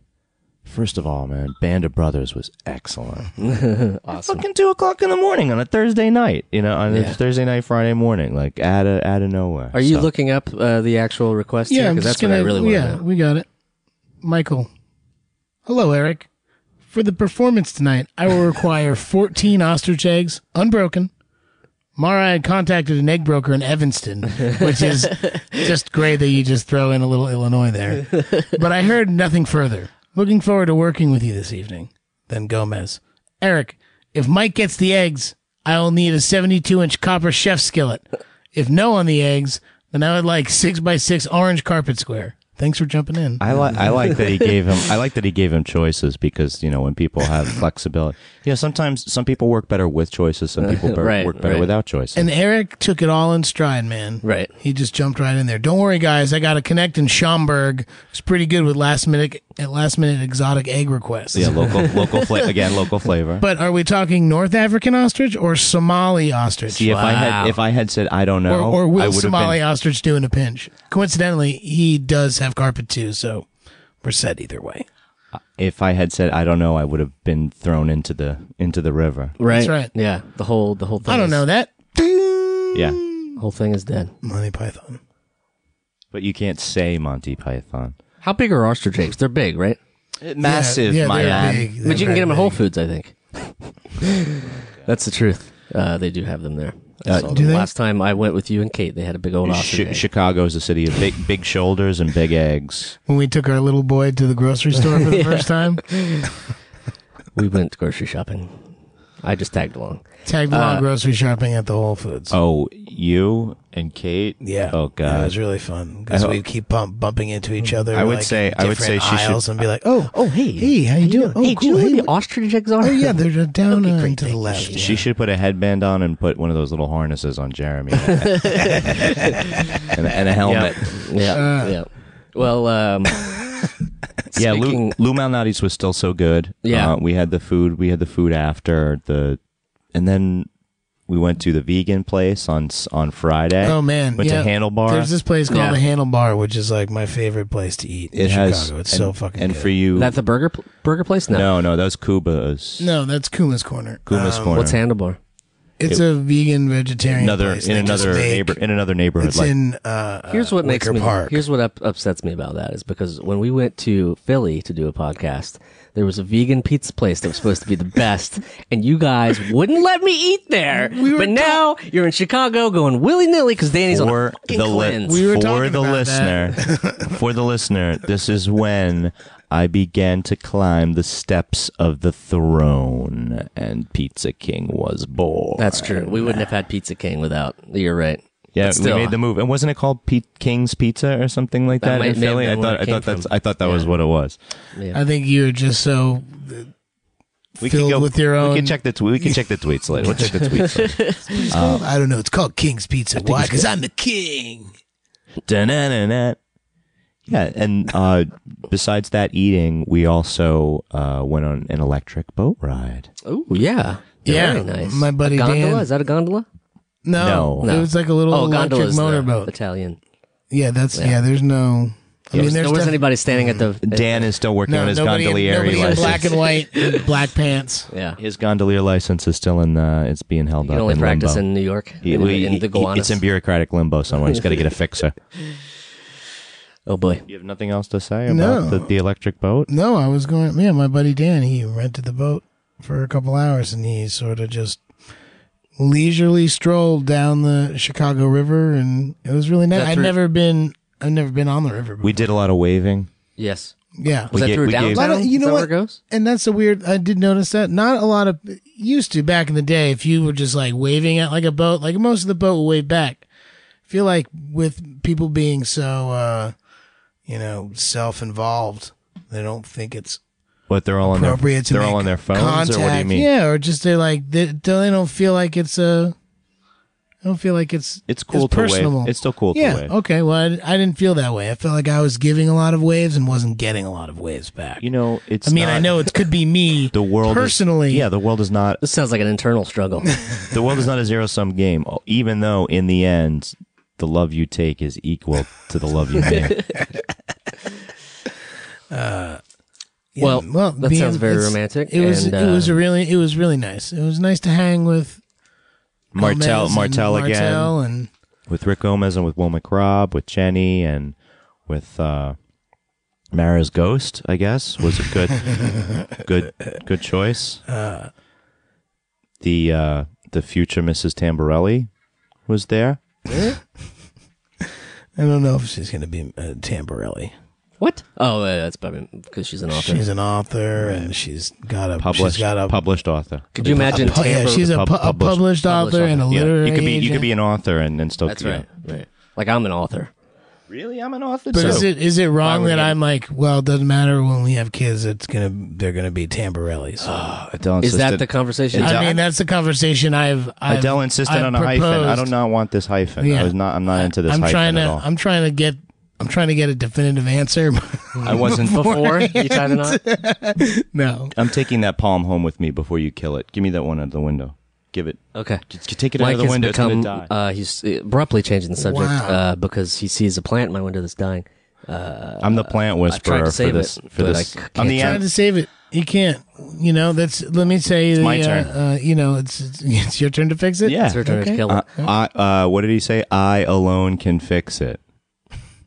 [SPEAKER 5] First of all, man, Band of Brothers was excellent. Fucking two o'clock in the morning on a Thursday night. You know, on
[SPEAKER 6] Yeah.
[SPEAKER 5] a Thursday night, Friday morning, like out of out of nowhere.
[SPEAKER 6] Are you
[SPEAKER 5] So-
[SPEAKER 6] looking up uh, the actual request?
[SPEAKER 7] Yeah,
[SPEAKER 6] here?
[SPEAKER 7] I'm
[SPEAKER 6] 'Cause
[SPEAKER 7] just
[SPEAKER 6] that's
[SPEAKER 7] gonna.
[SPEAKER 6] what I really want
[SPEAKER 7] yeah,
[SPEAKER 6] to know.
[SPEAKER 7] we got it. Michael, hello, Eric. For the performance tonight, I will require 14 ostrich eggs, unbroken. Mara had contacted an egg broker in Evanston, which is just great that you just throw in a little Illinois there. But I heard nothing further. Looking forward to working with you this evening. Then Gomez. Eric, if Mike gets the eggs, I will need a 72 inch copper chef skillet. If no on the eggs, then I would like 6 by 6 orange carpet square. Thanks for jumping in.
[SPEAKER 5] I like I like that he gave him I like that he gave him choices because you know when people have flexibility, you know sometimes some people work better with choices, some people be-
[SPEAKER 6] Right,
[SPEAKER 5] work better
[SPEAKER 6] right.
[SPEAKER 5] without choices.
[SPEAKER 7] And Eric took it all in stride, man.
[SPEAKER 6] Right.
[SPEAKER 7] He just jumped right in there. Don't worry, guys. I got a connect in Schaumburg. It's pretty good with last minute at last minute exotic egg requests.
[SPEAKER 5] yeah, local local fla- again local flavor.
[SPEAKER 7] But are we talking North African ostrich or Somali ostrich?
[SPEAKER 5] See, if I
[SPEAKER 6] Wow.
[SPEAKER 5] had if I had said I don't
[SPEAKER 7] or,
[SPEAKER 5] know,
[SPEAKER 7] or
[SPEAKER 5] I
[SPEAKER 7] will
[SPEAKER 5] would have
[SPEAKER 7] Somali
[SPEAKER 5] been,
[SPEAKER 7] ostrich do in a pinch? Coincidentally, he does have carpet too, so we're set either way.
[SPEAKER 5] if I had said I don't know, I would have been thrown into the into the river.
[SPEAKER 6] Right.
[SPEAKER 7] That's right.
[SPEAKER 6] Yeah. The whole the whole thing.
[SPEAKER 7] I don't
[SPEAKER 6] is-
[SPEAKER 7] know that.
[SPEAKER 5] Yeah,
[SPEAKER 6] Whole thing is dead.
[SPEAKER 7] Monty Python.
[SPEAKER 5] but you can't say Monty Python.
[SPEAKER 6] How big are ostrich eggs? They're big, right?
[SPEAKER 5] Massive,
[SPEAKER 7] yeah,
[SPEAKER 5] my
[SPEAKER 7] they're
[SPEAKER 5] man.
[SPEAKER 7] big. They're
[SPEAKER 6] but you can get them
[SPEAKER 7] very
[SPEAKER 6] at Whole
[SPEAKER 7] big.
[SPEAKER 6] Foods, I think. That's the truth. Uh, they do have them there. I saw
[SPEAKER 7] do
[SPEAKER 6] them
[SPEAKER 7] they?
[SPEAKER 6] Last time I went with you and Kate, they had a big old ostrich.
[SPEAKER 5] Chi
[SPEAKER 6] egg.
[SPEAKER 5] Chicago is a city of big big shoulders and big eggs.
[SPEAKER 7] When we took our little boy to the grocery store for the first time,
[SPEAKER 6] we went grocery shopping. I just tagged along.
[SPEAKER 7] tagged along grocery shopping at the Whole Foods.
[SPEAKER 5] Uh, Oh, you and Kate.
[SPEAKER 7] Yeah.
[SPEAKER 5] Oh
[SPEAKER 7] Yeah, it
[SPEAKER 5] God.
[SPEAKER 7] was really fun because
[SPEAKER 5] hope-
[SPEAKER 7] we keep bump, bumping into each other.
[SPEAKER 5] I would
[SPEAKER 7] like,
[SPEAKER 5] say- I would
[SPEAKER 7] different
[SPEAKER 5] say she should-
[SPEAKER 7] aisles and be like, oh,
[SPEAKER 6] Oh, hey.
[SPEAKER 7] hey, how you doing? Oh,
[SPEAKER 6] hey, do
[SPEAKER 7] cool.
[SPEAKER 6] you know
[SPEAKER 7] Hey,
[SPEAKER 6] where the ostrich eggs are?
[SPEAKER 7] oh yeah, they're down uh, to the left.
[SPEAKER 5] She should put a headband on and put one of those little harnesses on Jeremy and, a- and a helmet.
[SPEAKER 6] Yeah.
[SPEAKER 7] uh,
[SPEAKER 6] yeah. Well, um,
[SPEAKER 5] Yeah, Lou,
[SPEAKER 6] Speaking-
[SPEAKER 5] Lou Malnati's was still so good.
[SPEAKER 6] Yeah.
[SPEAKER 5] Uh, we had the food. We had the food after the, and then we went to the vegan place on s- on Friday.
[SPEAKER 7] Oh man,
[SPEAKER 5] went
[SPEAKER 7] yeah.
[SPEAKER 5] to Handlebar.
[SPEAKER 7] There's this place called
[SPEAKER 6] Yeah.
[SPEAKER 7] the Handlebar, which is like my favorite place to eat in
[SPEAKER 5] it
[SPEAKER 7] Chicago.
[SPEAKER 5] has
[SPEAKER 7] it's
[SPEAKER 5] and,
[SPEAKER 7] so fucking
[SPEAKER 5] and
[SPEAKER 7] good.
[SPEAKER 5] for you.
[SPEAKER 6] that the burger pl- burger place? No.
[SPEAKER 5] no, no, that was Cuba's.
[SPEAKER 7] no, that's Kuma's Corner.
[SPEAKER 5] Kuma's
[SPEAKER 7] Um,
[SPEAKER 5] corner.
[SPEAKER 6] What's handlebar?
[SPEAKER 7] It's a vegan vegetarian
[SPEAKER 5] Another
[SPEAKER 7] place.
[SPEAKER 5] in
[SPEAKER 7] They just
[SPEAKER 5] another
[SPEAKER 7] make-
[SPEAKER 5] neighbor in another neighborhood.
[SPEAKER 7] It's
[SPEAKER 5] like
[SPEAKER 7] in uh,
[SPEAKER 6] Here's what makes
[SPEAKER 7] Wicker
[SPEAKER 6] me.
[SPEAKER 7] Park.
[SPEAKER 6] Here's what up, upsets me about that is because when we went to Philly to do a podcast, there was a vegan pizza place that was supposed to be the best, and you guys wouldn't let me eat there. but now you're in Chicago going willy nilly because Danny's on a
[SPEAKER 5] for
[SPEAKER 6] fucking
[SPEAKER 5] the li-
[SPEAKER 6] cleanse.
[SPEAKER 7] We were
[SPEAKER 5] for
[SPEAKER 7] talking
[SPEAKER 5] the
[SPEAKER 7] about
[SPEAKER 5] listener, for the listener, this is when I began to climb the steps of the throne, and Pizza King was born.
[SPEAKER 6] That's true. We wouldn't have had Pizza King without. You're right.
[SPEAKER 5] yeah,
[SPEAKER 6] But still,
[SPEAKER 5] we made the move, and wasn't it called Pete King's Pizza or something like
[SPEAKER 6] That
[SPEAKER 5] that,
[SPEAKER 6] might-
[SPEAKER 5] in
[SPEAKER 6] may have
[SPEAKER 5] Philly?
[SPEAKER 6] been
[SPEAKER 5] I
[SPEAKER 6] where
[SPEAKER 5] thought
[SPEAKER 6] it
[SPEAKER 5] I
[SPEAKER 6] came
[SPEAKER 5] thought that's
[SPEAKER 6] from.
[SPEAKER 5] I thought that was what it was.
[SPEAKER 7] I think you're just so
[SPEAKER 5] We
[SPEAKER 7] Filled with your
[SPEAKER 5] We
[SPEAKER 7] own-
[SPEAKER 5] can check the tw- we can check the tweets later. We'll check the tweets. later.
[SPEAKER 7] I don't know. It's called King's Pizza. Why? Because I'm the king.
[SPEAKER 5] Da-na-na-na. Yeah, and uh, besides that eating, we also uh, went on an electric boat ride.
[SPEAKER 6] Oh yeah.
[SPEAKER 7] Yeah,
[SPEAKER 6] Very nice.
[SPEAKER 7] my buddy
[SPEAKER 6] a gondola.
[SPEAKER 7] Dan-
[SPEAKER 6] Is that a gondola?
[SPEAKER 7] No,
[SPEAKER 5] No.
[SPEAKER 7] it was like a little
[SPEAKER 6] Oh, gondola
[SPEAKER 7] electric
[SPEAKER 6] is
[SPEAKER 7] motorboat.
[SPEAKER 6] The Italian.
[SPEAKER 7] yeah, that's yeah. There's no. I mean,
[SPEAKER 6] There
[SPEAKER 7] there's
[SPEAKER 6] wasn't
[SPEAKER 7] definitely
[SPEAKER 6] anybody standing at the. at-
[SPEAKER 5] Dan is still working
[SPEAKER 7] no
[SPEAKER 5] on his
[SPEAKER 7] nobody, in-
[SPEAKER 5] gondolier
[SPEAKER 7] nobody in
[SPEAKER 5] license.
[SPEAKER 7] black and white, and black pants.
[SPEAKER 6] Yeah.
[SPEAKER 5] His gondolier license is still in. Uh, it's being held
[SPEAKER 6] You
[SPEAKER 5] up
[SPEAKER 6] can only
[SPEAKER 5] in
[SPEAKER 6] practice
[SPEAKER 5] limbo.
[SPEAKER 6] in New York.
[SPEAKER 5] He-
[SPEAKER 6] in,
[SPEAKER 5] we-
[SPEAKER 6] in the
[SPEAKER 5] he-
[SPEAKER 6] Gowanus.
[SPEAKER 5] it's in bureaucratic limbo somewhere. He's got to get a fixer.
[SPEAKER 6] oh boy.
[SPEAKER 5] You have nothing else to say about
[SPEAKER 7] No.
[SPEAKER 5] the, the electric boat?
[SPEAKER 7] No, I was going. Yeah, my buddy Dan, he rented the boat for a couple hours, and he sort of just leisurely strolled down the Chicago River, and it was really nice.
[SPEAKER 6] that
[SPEAKER 7] I've
[SPEAKER 6] through-
[SPEAKER 7] never been. I've never been on the river. Before.
[SPEAKER 5] We did a lot of waving.
[SPEAKER 6] Yes.
[SPEAKER 7] yeah,
[SPEAKER 5] We
[SPEAKER 6] Was that
[SPEAKER 5] gave-
[SPEAKER 6] through
[SPEAKER 5] we gave-
[SPEAKER 7] A lot
[SPEAKER 6] downtown?
[SPEAKER 7] of- you
[SPEAKER 6] Is
[SPEAKER 7] know
[SPEAKER 6] that
[SPEAKER 7] what?
[SPEAKER 6] where it goes?
[SPEAKER 7] and that's the weird. I did notice that. Not a lot of used to back in the day. If you were just like waving at like a boat, like most of the boat will wave back. I feel like with people being so, uh you know, self-involved, they don't think it's
[SPEAKER 5] But they're all on their
[SPEAKER 7] appropriate to
[SPEAKER 5] they're all
[SPEAKER 7] make
[SPEAKER 5] on their phones.
[SPEAKER 7] contact.
[SPEAKER 5] Or what do you mean?
[SPEAKER 7] Yeah, or just they like they, they don't feel like it's a. I don't feel like it's
[SPEAKER 5] It's cool
[SPEAKER 7] it's
[SPEAKER 5] to wave.
[SPEAKER 7] personable.
[SPEAKER 5] It's still cool to
[SPEAKER 7] yeah.
[SPEAKER 5] wave.
[SPEAKER 7] Okay. Well, I, I didn't feel that way. I felt like I was giving a lot of waves and wasn't getting a lot of waves back.
[SPEAKER 5] You know, it's.
[SPEAKER 7] I mean,
[SPEAKER 5] not-
[SPEAKER 7] I know it could be me
[SPEAKER 5] the world is-
[SPEAKER 7] personally.
[SPEAKER 5] yeah, the world is not
[SPEAKER 6] This sounds like an internal struggle.
[SPEAKER 5] the world is not a zero sum game. Even though in the end, the love you take is equal to the love you make.
[SPEAKER 7] Yeah,
[SPEAKER 6] Well, that sounds very
[SPEAKER 7] it's-
[SPEAKER 6] romantic,
[SPEAKER 7] It was.
[SPEAKER 6] and,
[SPEAKER 7] it was
[SPEAKER 6] uh,
[SPEAKER 7] a really. It was really nice. It was nice to hang with
[SPEAKER 5] Martel,
[SPEAKER 7] Gomez and
[SPEAKER 5] Martel again.
[SPEAKER 7] Martel and
[SPEAKER 5] with Rick Gomez and with Will McRobb, with Jenny and with uh, Mara's Ghost, I guess, was a good, good, good choice. the uh, the future Mrs. Tamborelli was there.
[SPEAKER 7] I don't know if she's going to be uh, Tamborelli.
[SPEAKER 6] What? Oh, uh, that's because she's an author.
[SPEAKER 7] She's an author, and she's got a
[SPEAKER 5] Published,
[SPEAKER 7] she's got a
[SPEAKER 5] published author.
[SPEAKER 6] Could you imagine?
[SPEAKER 7] pu- yeah,
[SPEAKER 6] Tampa-
[SPEAKER 7] she's a,
[SPEAKER 5] pub-
[SPEAKER 7] pu- a
[SPEAKER 5] published-
[SPEAKER 7] published author and a
[SPEAKER 5] Yeah,
[SPEAKER 7] literary.
[SPEAKER 5] you could be you could be
[SPEAKER 7] agent.
[SPEAKER 5] an author and and still.
[SPEAKER 6] That's
[SPEAKER 5] yeah.
[SPEAKER 6] right. Right. Like I'm an author.
[SPEAKER 5] Really, I'm an author
[SPEAKER 7] But
[SPEAKER 5] too.
[SPEAKER 7] is it is it wrong
[SPEAKER 6] would
[SPEAKER 7] that
[SPEAKER 6] you-
[SPEAKER 7] I'm like, well, it doesn't matter when we have kids, it's gonna they're gonna be Tamborellis.
[SPEAKER 5] Adele
[SPEAKER 6] Is that
[SPEAKER 5] insisted-
[SPEAKER 6] the conversation?
[SPEAKER 5] Uh, Adele-
[SPEAKER 7] I mean, that's the conversation I've. I've
[SPEAKER 5] Adele insisted
[SPEAKER 7] I've
[SPEAKER 5] on a hyphen. I
[SPEAKER 7] proposed.
[SPEAKER 5] don't not want this hyphen.
[SPEAKER 7] Yeah.
[SPEAKER 5] I was not. I'm not into this
[SPEAKER 7] I'm
[SPEAKER 5] hyphen
[SPEAKER 7] trying to.
[SPEAKER 5] at all.
[SPEAKER 7] I'm trying to get. I'm trying to get a definitive answer.
[SPEAKER 5] I wasn't
[SPEAKER 6] before you try to not.
[SPEAKER 7] no.
[SPEAKER 5] I'm taking that palm home with me before you kill it. Give me that one out of the window. Give it.
[SPEAKER 6] Okay.
[SPEAKER 5] Just take it out
[SPEAKER 6] Mike
[SPEAKER 5] of the
[SPEAKER 6] has
[SPEAKER 5] window.
[SPEAKER 6] become.
[SPEAKER 5] it's gonna die.
[SPEAKER 6] Uh, he's abruptly changing the subject
[SPEAKER 7] Wow.
[SPEAKER 6] uh, because he sees a plant in my window that's dying. Uh,
[SPEAKER 5] I'm the plant whisperer
[SPEAKER 6] to save
[SPEAKER 5] for this.
[SPEAKER 6] it,
[SPEAKER 5] for
[SPEAKER 6] but
[SPEAKER 5] this,
[SPEAKER 6] I c-
[SPEAKER 5] I'm the
[SPEAKER 6] can't
[SPEAKER 7] Trying to save it. You can't. You know. That's. Let me say. the,
[SPEAKER 5] my
[SPEAKER 7] uh,
[SPEAKER 5] turn.
[SPEAKER 7] Uh, you know. It's, it's. It's your turn to fix it.
[SPEAKER 5] Yeah.
[SPEAKER 6] It's her turn to
[SPEAKER 7] Okay.
[SPEAKER 6] kill
[SPEAKER 5] Uh,
[SPEAKER 6] it.
[SPEAKER 5] I, uh, what did he say? I alone can fix it.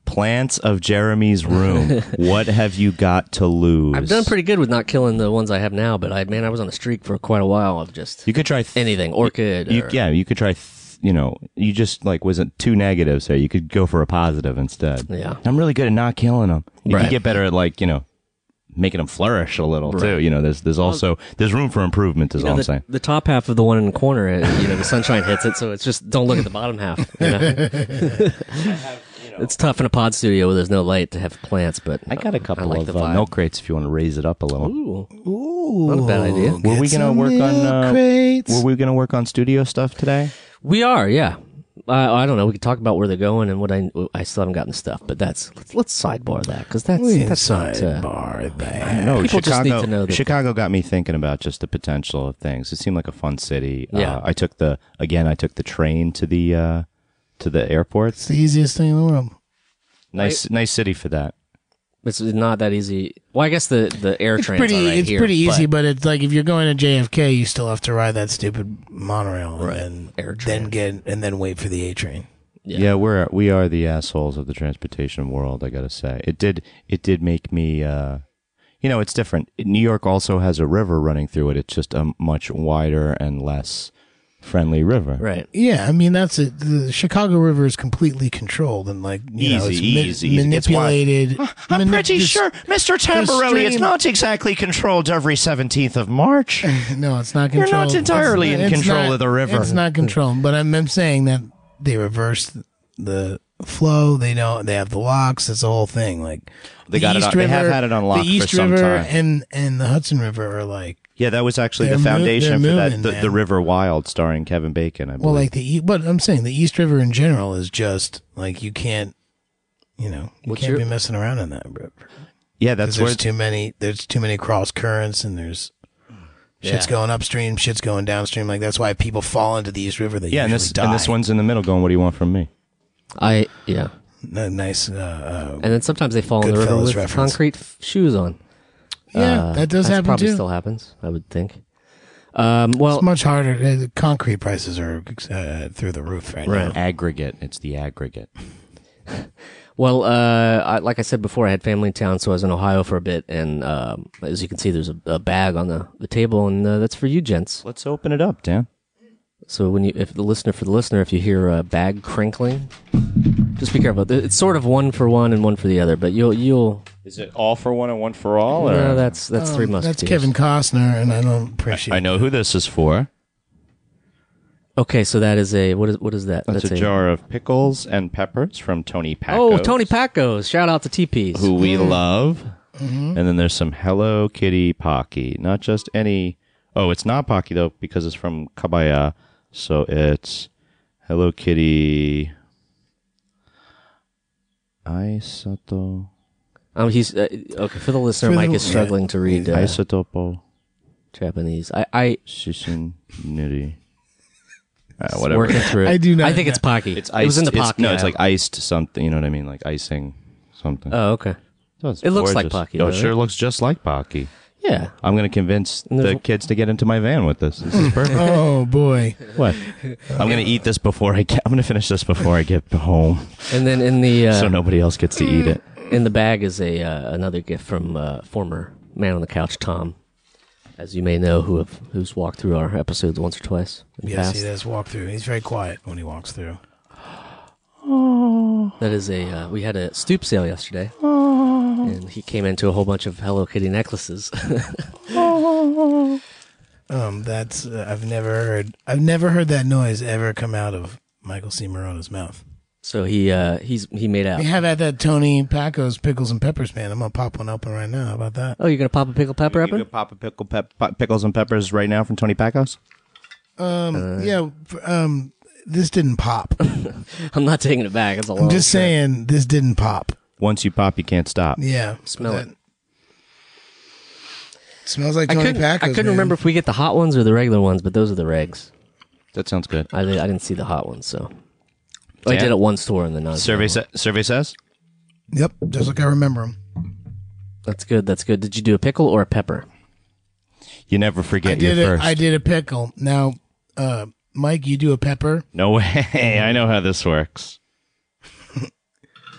[SPEAKER 5] Plants of Jeremy's room. what have you got to lose?
[SPEAKER 6] I've done pretty good with not killing the ones I have now, but I man, I was on a streak for quite a while of just
[SPEAKER 5] You could try th-
[SPEAKER 6] anything orchid.
[SPEAKER 5] You,
[SPEAKER 6] or,
[SPEAKER 5] yeah, you could try. Th- you know, you just like wasn't two negatives there. You could go for a positive instead.
[SPEAKER 6] Yeah.
[SPEAKER 5] I'm really good at not killing them. You
[SPEAKER 6] Right.
[SPEAKER 5] can get better at like you know making them flourish a little too. You know, there's there's also there's room for improvement. Is
[SPEAKER 6] You know,
[SPEAKER 5] all I'm
[SPEAKER 6] the,
[SPEAKER 5] saying.
[SPEAKER 6] the top half of the one in the corner, uh, you know, the sunshine hits it, so it's just don't look at the bottom half. You know? It's tough in a pod studio where there's no light to have plants, but
[SPEAKER 5] I got a couple
[SPEAKER 6] like
[SPEAKER 5] of
[SPEAKER 6] the
[SPEAKER 5] uh,
[SPEAKER 6] vibe.
[SPEAKER 5] milk crates if you want to raise it up a little.
[SPEAKER 6] Ooh,
[SPEAKER 7] Ooh.
[SPEAKER 6] not a bad idea.
[SPEAKER 5] Were we
[SPEAKER 7] Get
[SPEAKER 5] gonna
[SPEAKER 7] some
[SPEAKER 5] work on
[SPEAKER 7] milk
[SPEAKER 5] uh,
[SPEAKER 7] crates.
[SPEAKER 5] Were we gonna work on studio stuff today?
[SPEAKER 6] We are, yeah. I, I don't know. We could talk about where they're going and what I I still haven't gotten stuff, but that's let's, let's sidebar that because that's
[SPEAKER 7] We
[SPEAKER 6] that's not. Uh,
[SPEAKER 7] sidebar that.
[SPEAKER 5] No,
[SPEAKER 6] People just
[SPEAKER 5] Chicago.
[SPEAKER 6] need to know that-
[SPEAKER 5] Chicago got me thinking about just the potential of things. It seemed like a fun city.
[SPEAKER 6] Yeah.
[SPEAKER 5] Uh, I took the again. I took the train to the uh, to the airport.
[SPEAKER 7] It's the easiest thing in the world.
[SPEAKER 5] Nice, nice city for that.
[SPEAKER 6] it's not that easy. Well, I guess the the air
[SPEAKER 7] It's
[SPEAKER 6] train's
[SPEAKER 7] pretty.
[SPEAKER 6] all right
[SPEAKER 7] it's
[SPEAKER 6] here,
[SPEAKER 7] pretty easy,
[SPEAKER 6] but-
[SPEAKER 7] but, it's like if you're going to JFK, you still have to ride that stupid monorail and
[SPEAKER 6] Air
[SPEAKER 7] then, then get and then wait for the A train.
[SPEAKER 5] Yeah. we're we are the assholes of the transportation world. I gotta say, it did it did make me. Uh, you know, it's different. New York also has a river running through it. It's just a much wider and less friendly river.
[SPEAKER 6] right.
[SPEAKER 7] Yeah, I mean that's it. The Chicago River is completely controlled and like you know,
[SPEAKER 5] Easy,
[SPEAKER 7] it's
[SPEAKER 5] easy, easy. It's wide.
[SPEAKER 7] manipulated.
[SPEAKER 5] I'm
[SPEAKER 7] mani-
[SPEAKER 5] pretty
[SPEAKER 7] this-
[SPEAKER 5] sure Mr. Tamborelli is
[SPEAKER 7] stream-
[SPEAKER 5] not exactly controlled every 17th of March.
[SPEAKER 7] No, it's not
[SPEAKER 5] You're not
[SPEAKER 7] controlled.
[SPEAKER 5] entirely in control
[SPEAKER 7] not-
[SPEAKER 5] of the river.
[SPEAKER 7] It's not controlled, but I'm, I'm saying that they reverse the flow. They know they have the locks. It's the whole thing. Like
[SPEAKER 5] They
[SPEAKER 7] the
[SPEAKER 5] got it
[SPEAKER 7] East
[SPEAKER 5] on- they
[SPEAKER 7] River,
[SPEAKER 5] have had it on lock
[SPEAKER 7] The East
[SPEAKER 5] for some
[SPEAKER 7] River
[SPEAKER 5] time.
[SPEAKER 7] and and the Hudson River are like
[SPEAKER 5] Yeah, that was actually
[SPEAKER 7] They're
[SPEAKER 5] the
[SPEAKER 7] mo-
[SPEAKER 5] foundation
[SPEAKER 7] they're
[SPEAKER 5] for that.
[SPEAKER 7] moving,
[SPEAKER 5] The, the
[SPEAKER 7] man.
[SPEAKER 5] River Wild, starring Kevin Bacon, I believe.
[SPEAKER 7] well, like the E- but I'm saying the East River in general is just like you can't, you know, you
[SPEAKER 6] What's
[SPEAKER 7] can't
[SPEAKER 6] your-
[SPEAKER 7] be messing around in that river.
[SPEAKER 5] yeah, that's
[SPEAKER 7] 'Cause
[SPEAKER 5] where
[SPEAKER 7] there's too many there's too many cross currents and there's shit's
[SPEAKER 6] Yeah.
[SPEAKER 7] going upstream shit's going downstream like that's why people fall into the east river they
[SPEAKER 5] yeah, and
[SPEAKER 7] usually
[SPEAKER 5] this
[SPEAKER 7] die.
[SPEAKER 5] and this one's in the middle, going, "What do you want from me?"
[SPEAKER 6] I yeah.
[SPEAKER 7] N- nice uh, uh,
[SPEAKER 6] And then sometimes they fall in the river
[SPEAKER 7] Goodfellas
[SPEAKER 6] with
[SPEAKER 7] reference.
[SPEAKER 6] concrete f- shoes on.
[SPEAKER 7] yeah
[SPEAKER 6] Uh,
[SPEAKER 7] that does
[SPEAKER 6] that's
[SPEAKER 7] happen
[SPEAKER 6] Probably
[SPEAKER 7] too
[SPEAKER 6] still happens. I would think. Um, well,
[SPEAKER 7] it's much harder uh, the concrete prices are uh, through the roof right, now.
[SPEAKER 5] Aggregate. It's the aggregate.
[SPEAKER 6] Well, uh, I, like I said before, I had family in town, so I was in Ohio for a bit, and um, as you can see, there's a, a bag on the, the table, and uh, that's for you, gents.
[SPEAKER 5] Let's open it up, Dan.
[SPEAKER 6] So when you, if the listener for the listener, if you hear a bag crinkling, just be careful. Th- It's sort of one for one and one for the other, but you'll you'll
[SPEAKER 5] Is it all for one and one for all? Or?
[SPEAKER 6] no, that's that's three
[SPEAKER 7] Um,
[SPEAKER 6] musketeers.
[SPEAKER 7] that's kevin costner and i don't appreciate
[SPEAKER 5] I know who this is for.
[SPEAKER 6] Okay, so that is a what is what is that?
[SPEAKER 5] That's, a, jar of pickles and peppers from Tony Paco.
[SPEAKER 6] Oh, Tony Pacos! Mm-hmm. Shout out to TPs.
[SPEAKER 5] who we love. Mm-hmm. And then there's some Hello Kitty Pocky. Not just any. Oh, it's not Pocky, though, because it's from Kabaya. So it's Hello Kitty. Aisato.
[SPEAKER 6] Um, he's uh, okay for the listener.
[SPEAKER 7] For the-
[SPEAKER 6] Mike is struggling to read uh,
[SPEAKER 5] Aisotopo
[SPEAKER 6] Japanese. I, I
[SPEAKER 5] Shishin Niri. Uh,
[SPEAKER 6] It's
[SPEAKER 5] whatever.
[SPEAKER 6] Working through it.
[SPEAKER 7] I do not
[SPEAKER 6] I think it's Pocky.
[SPEAKER 5] It's
[SPEAKER 6] it was in the
[SPEAKER 5] iced- it's-
[SPEAKER 6] Pocky.
[SPEAKER 5] No, it's
[SPEAKER 6] aisle.
[SPEAKER 5] like iced something. You know what I mean? Like icing something.
[SPEAKER 6] Oh, okay.
[SPEAKER 5] So it's
[SPEAKER 6] it looks like Pocky,
[SPEAKER 5] Oh,
[SPEAKER 6] though,
[SPEAKER 5] it sure
[SPEAKER 6] right?
[SPEAKER 5] looks just like Pocky.
[SPEAKER 6] Yeah.
[SPEAKER 5] I'm going to convince the
[SPEAKER 6] there's-
[SPEAKER 5] kids to get into my van with this. This is perfect.
[SPEAKER 7] oh boy
[SPEAKER 5] What? I'm gonna eat this before I get. I'm gonna finish this before I get home,
[SPEAKER 6] And then in the uh,
[SPEAKER 5] so nobody else gets to eat it.
[SPEAKER 6] in the bag is a uh, another gift from uh, former man on the couch Tom, as you may know, who have, who's walked through our episodes once or twice. In the
[SPEAKER 7] Yes,
[SPEAKER 6] past.
[SPEAKER 7] he does walk through. He's very quiet when he walks through.
[SPEAKER 6] That is a. Uh, we had a stoop sale yesterday, and he came into a whole bunch of Hello Kitty necklaces.
[SPEAKER 7] Um, that's uh, I've never heard. I've never heard that noise ever come out of Michael C. Morona's mouth.
[SPEAKER 6] so he uh, he's he made out.
[SPEAKER 7] We have at that Tony Paco's pickles and peppers, man. I'm gonna pop one open right now. How about that?
[SPEAKER 6] Oh, you're gonna pop a pickle pepper up
[SPEAKER 5] You
[SPEAKER 6] in?
[SPEAKER 5] could pop a pickle pep- pop- pickles and peppers right now from Tony Pacos.
[SPEAKER 6] Uh,
[SPEAKER 7] yeah. f- Um, this didn't pop. I'm
[SPEAKER 6] I'm not taking it back. It's a long.
[SPEAKER 7] just
[SPEAKER 6] trip.
[SPEAKER 7] saying, this didn't pop.
[SPEAKER 5] Once you pop, you can't stop.
[SPEAKER 7] Yeah.
[SPEAKER 6] Smell it.
[SPEAKER 7] Smells like
[SPEAKER 6] I
[SPEAKER 7] Tony
[SPEAKER 6] couldn't, I
[SPEAKER 7] Paco's.
[SPEAKER 6] couldn't
[SPEAKER 7] man.
[SPEAKER 6] remember if we get the hot ones or the regular ones, but those are the regs.
[SPEAKER 5] That sounds good.
[SPEAKER 6] I, did, I didn't see the hot ones, so I
[SPEAKER 5] Yeah.
[SPEAKER 6] did at one store in the non.
[SPEAKER 5] Survey sa- survey says
[SPEAKER 7] Yep, just like I remember him.
[SPEAKER 6] That's good. That's good. Did you do a pickle or a pepper?
[SPEAKER 5] you never forget
[SPEAKER 7] I did
[SPEAKER 5] your
[SPEAKER 7] a,
[SPEAKER 5] first.
[SPEAKER 7] I did a pickle. Now, uh, Mike, you do a pepper.
[SPEAKER 5] No way. I know how this works.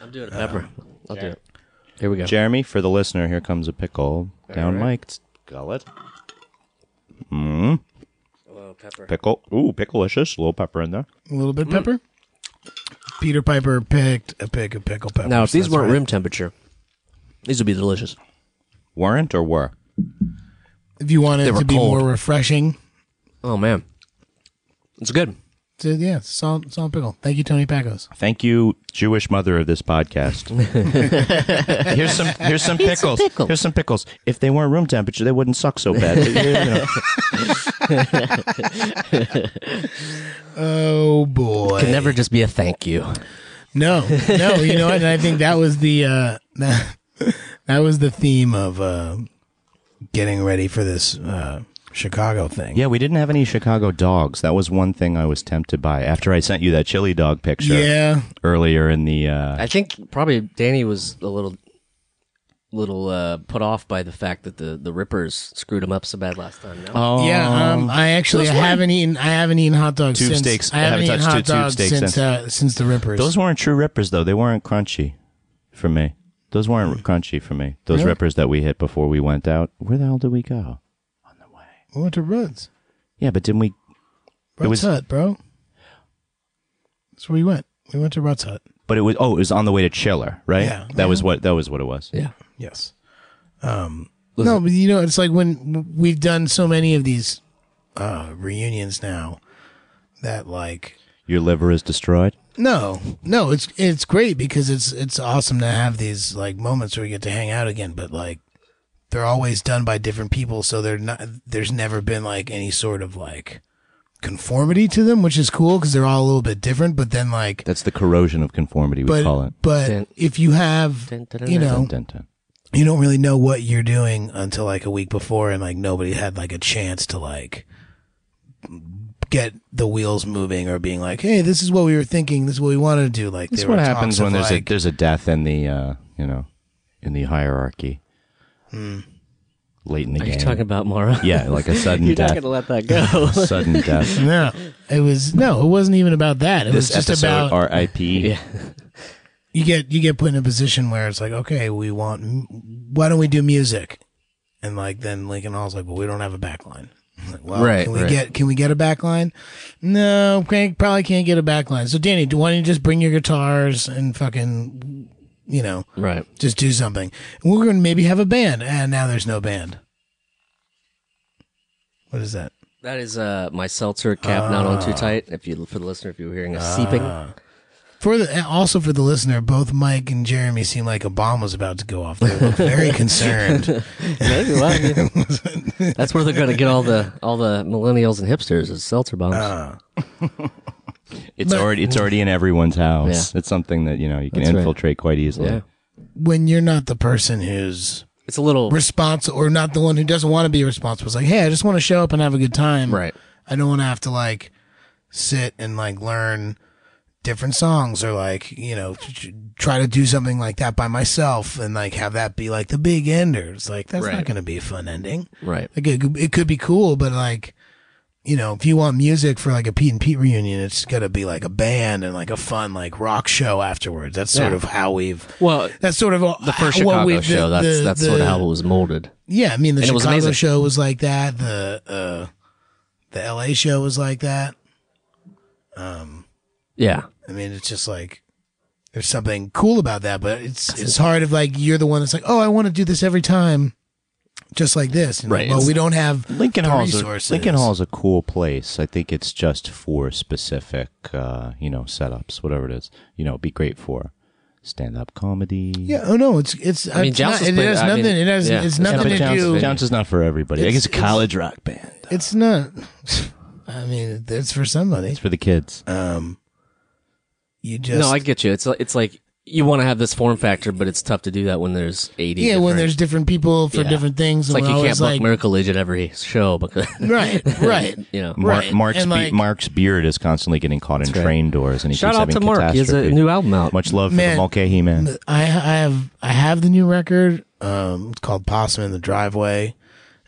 [SPEAKER 6] I'm doing a pepper. Uh, I'll do it. Here we go.
[SPEAKER 5] Jeremy, for the listener, here comes a pickle down mic'd. Gullet. Mmm.
[SPEAKER 6] pepper.
[SPEAKER 5] Pickle. Ooh, picklicious. A little pepper in there.
[SPEAKER 7] A little
[SPEAKER 6] Mm.
[SPEAKER 7] bit pepper. Peter Piper picked a pick of pickle pepper.
[SPEAKER 6] Now, if these weren't room temperature, these would be delicious.
[SPEAKER 5] Weren't or were?
[SPEAKER 7] if you want it
[SPEAKER 5] were
[SPEAKER 7] to be
[SPEAKER 5] cold.
[SPEAKER 7] more refreshing,
[SPEAKER 6] Oh man, it's good.
[SPEAKER 7] so yeah, salt, salt pickle. Thank you, Tony Pacos.
[SPEAKER 5] Thank you, Jewish mother of this podcast. here's some here's some pickles.
[SPEAKER 6] pickle.
[SPEAKER 5] Here's some pickles. If they weren't room temperature, they wouldn't suck so bad. You know.
[SPEAKER 7] Oh boy,
[SPEAKER 6] Can never just be a thank you.
[SPEAKER 7] no, no. You know what? And I think that was the uh, that, that was the theme of uh, getting ready for this uh, Chicago thing.
[SPEAKER 5] Yeah, we didn't have any Chicago dogs. That was one thing I was tempted by after I sent you that chili dog picture
[SPEAKER 7] Yeah,
[SPEAKER 5] earlier in the uh,
[SPEAKER 6] I think probably Danny was a little, little uh, put off by the fact that the the Rippers screwed him up so bad last time. No?
[SPEAKER 5] Oh,
[SPEAKER 7] Yeah, um, I actually I haven't eaten. I haven't eaten hot dogs
[SPEAKER 5] Tube
[SPEAKER 7] since.
[SPEAKER 5] steaks.
[SPEAKER 7] I
[SPEAKER 5] Haven't
[SPEAKER 7] haven't, eaten
[SPEAKER 5] touched two
[SPEAKER 7] hot
[SPEAKER 5] tube
[SPEAKER 7] dogs
[SPEAKER 5] steaks
[SPEAKER 7] since
[SPEAKER 5] since-
[SPEAKER 7] uh, since the Rippers.
[SPEAKER 5] Those weren't true rippers though. They weren't crunchy for me. Those weren't crunchy for me. Those rippers that we hit before we went out. Where the hell did we go?
[SPEAKER 7] we went to Rudd's.
[SPEAKER 5] Yeah, but didn't we
[SPEAKER 7] Rudd's
[SPEAKER 5] was-
[SPEAKER 7] Hut, bro. That's where we went. We went to Rudd's Hut.
[SPEAKER 5] but it was oh, it was on the way to Chiller, right?
[SPEAKER 7] Yeah.
[SPEAKER 5] That was what that was what it was.
[SPEAKER 6] Yeah,
[SPEAKER 7] Yes. Um, no, but you know, it's like when we've done so many of these uh, reunions now that like
[SPEAKER 5] Your liver is destroyed.
[SPEAKER 7] no, no, it's it's great because it's it's awesome to have these like moments where we get to hang out again, but like they're always done by different people, so they're not there's never been like any sort of like conformity to them, which is cool because they're all a little bit different, but then like
[SPEAKER 5] That's the corrosion of conformity we call
[SPEAKER 7] but
[SPEAKER 5] it.
[SPEAKER 7] but
[SPEAKER 6] Dun.
[SPEAKER 7] if you have
[SPEAKER 6] Dun, dun, dun,
[SPEAKER 7] you
[SPEAKER 6] dun,
[SPEAKER 7] know
[SPEAKER 5] Dun, dun, dun.
[SPEAKER 7] you don't really know what you're doing until like a week before and like nobody had like a chance to like get the wheels moving or being like hey this is what we were thinking this is what we wanted to do like
[SPEAKER 5] That's
[SPEAKER 7] there were
[SPEAKER 5] what
[SPEAKER 7] talks
[SPEAKER 5] happens when
[SPEAKER 7] of,
[SPEAKER 5] there's
[SPEAKER 7] like,
[SPEAKER 5] a there's a death in the uh, you know in the hierarchy.
[SPEAKER 7] Hmm.
[SPEAKER 5] Late in the
[SPEAKER 6] are
[SPEAKER 5] game.
[SPEAKER 6] you talking about Mara?
[SPEAKER 5] yeah, like a sudden
[SPEAKER 6] you're not
[SPEAKER 5] death.
[SPEAKER 6] gonna let that go.
[SPEAKER 5] sudden death.
[SPEAKER 7] no it was no it wasn't even about that it
[SPEAKER 5] this
[SPEAKER 7] was just
[SPEAKER 5] episode,
[SPEAKER 7] about
[SPEAKER 5] R.I.P.
[SPEAKER 7] you get you get put in a position where it's like okay we want m- why don't we do music and like then lincoln hall's like well we don't have a backline like, well,
[SPEAKER 6] Right,
[SPEAKER 7] can we
[SPEAKER 6] right.
[SPEAKER 7] get can we get a backline? No, can't, probably can't get a backline. So Danny, do why don't you just bring your guitars and fucking, you know,
[SPEAKER 6] right.
[SPEAKER 7] just do something. And we're going to maybe have a band, and now there's no band. What is that?
[SPEAKER 6] That is uh, my seltzer cap not on
[SPEAKER 7] Ah.
[SPEAKER 6] too tight. If you for the listener, if you were hearing a seeping,
[SPEAKER 7] For the and also for the listener, both Mike and Jeremy seem like a bomb was about to go off. They look very concerned.
[SPEAKER 6] Maybe, well, yeah. that's where they're going to get all the all the millennials and hipsters is seltzer bombs.
[SPEAKER 7] Ah.
[SPEAKER 5] It's already it's already in everyone's house.
[SPEAKER 6] Yeah.
[SPEAKER 5] It's something that you know you can
[SPEAKER 6] That's right.
[SPEAKER 5] infiltrate quite easily.
[SPEAKER 6] Yeah.
[SPEAKER 7] When you're not the person who's
[SPEAKER 6] It's a little
[SPEAKER 7] responsible, or not the one who doesn't want to be responsible, it's like, hey, I just want to show up and have a good time.
[SPEAKER 6] right.
[SPEAKER 7] I don't want to have to like sit and like learn different songs or like you know t- t- try to do something like that by myself and like have that be like the big ender. It's like that's not
[SPEAKER 6] Right.
[SPEAKER 7] going to be a fun ending.
[SPEAKER 6] Right.
[SPEAKER 7] Like it, it could be cool, but like you know, if you want music for like a Pete and Pete reunion, it's got to be like a band and like a fun like rock show afterwards. That's sort of how we've.
[SPEAKER 6] Well,
[SPEAKER 7] That's sort of all,
[SPEAKER 6] the first
[SPEAKER 7] what
[SPEAKER 6] Chicago
[SPEAKER 7] Ah, we- the-
[SPEAKER 6] show. that's
[SPEAKER 7] the-
[SPEAKER 6] that's sort
[SPEAKER 7] the-
[SPEAKER 6] of how it was molded.
[SPEAKER 7] Yeah, I mean the
[SPEAKER 6] And it was
[SPEAKER 7] Chicago
[SPEAKER 6] amazing.
[SPEAKER 7] show was like that. The uh, the L.A. show was like that.
[SPEAKER 6] Yeah,
[SPEAKER 7] I mean, it's just like there's something cool about that, but it's it's hard if like you're the one that's like, oh, I want to do this every time, just like this. And,
[SPEAKER 6] Right,
[SPEAKER 7] Well,
[SPEAKER 6] it's-
[SPEAKER 7] we don't have
[SPEAKER 5] Lincoln
[SPEAKER 7] the
[SPEAKER 5] Hall's a,
[SPEAKER 7] resources.
[SPEAKER 5] Lincoln Hall's a cool place. I think it's just for specific, uh, you know, setups, whatever it is. You know, it'd be great for stand-up comedy.
[SPEAKER 7] Yeah. Oh no, it's it's. I
[SPEAKER 6] mean,
[SPEAKER 7] it's
[SPEAKER 6] Joust
[SPEAKER 7] not,
[SPEAKER 6] has
[SPEAKER 7] it
[SPEAKER 6] played-
[SPEAKER 7] has
[SPEAKER 6] I mean,
[SPEAKER 7] nothing. it has.
[SPEAKER 6] yeah,
[SPEAKER 7] It's
[SPEAKER 6] yeah,
[SPEAKER 7] nothing
[SPEAKER 6] but
[SPEAKER 7] to
[SPEAKER 6] Joust-
[SPEAKER 7] do.
[SPEAKER 6] Joust-
[SPEAKER 5] Jounce is not for everybody. I guess it's college
[SPEAKER 7] rock band. It's not. I mean, it's for somebody.
[SPEAKER 5] for the kids.
[SPEAKER 7] Um, you just
[SPEAKER 6] no, I get you. It's li- it's like you want to have this form factor, but it's tough to do that when there's eighty.
[SPEAKER 7] yeah. When
[SPEAKER 6] different-
[SPEAKER 7] there's different people for
[SPEAKER 6] Yeah.
[SPEAKER 7] different things,
[SPEAKER 6] it's like
[SPEAKER 7] and
[SPEAKER 6] you
[SPEAKER 7] we're
[SPEAKER 6] can't book
[SPEAKER 7] always like,
[SPEAKER 6] Miracle Legion every show because
[SPEAKER 7] right, right.
[SPEAKER 6] you know.
[SPEAKER 5] Mar-
[SPEAKER 7] right,
[SPEAKER 5] Mark's,
[SPEAKER 7] and
[SPEAKER 5] be-
[SPEAKER 7] like-
[SPEAKER 5] Mark's beard is constantly getting caught in train doors, and he
[SPEAKER 6] Shout
[SPEAKER 5] keeps
[SPEAKER 6] out
[SPEAKER 5] having
[SPEAKER 6] to Mark. He has a
[SPEAKER 5] catastrophe.
[SPEAKER 6] new album out.
[SPEAKER 5] Much love for
[SPEAKER 7] Man.
[SPEAKER 5] the Mulcahy man.
[SPEAKER 7] I I have I have the new record. Um, it's called Possum in the Driveway,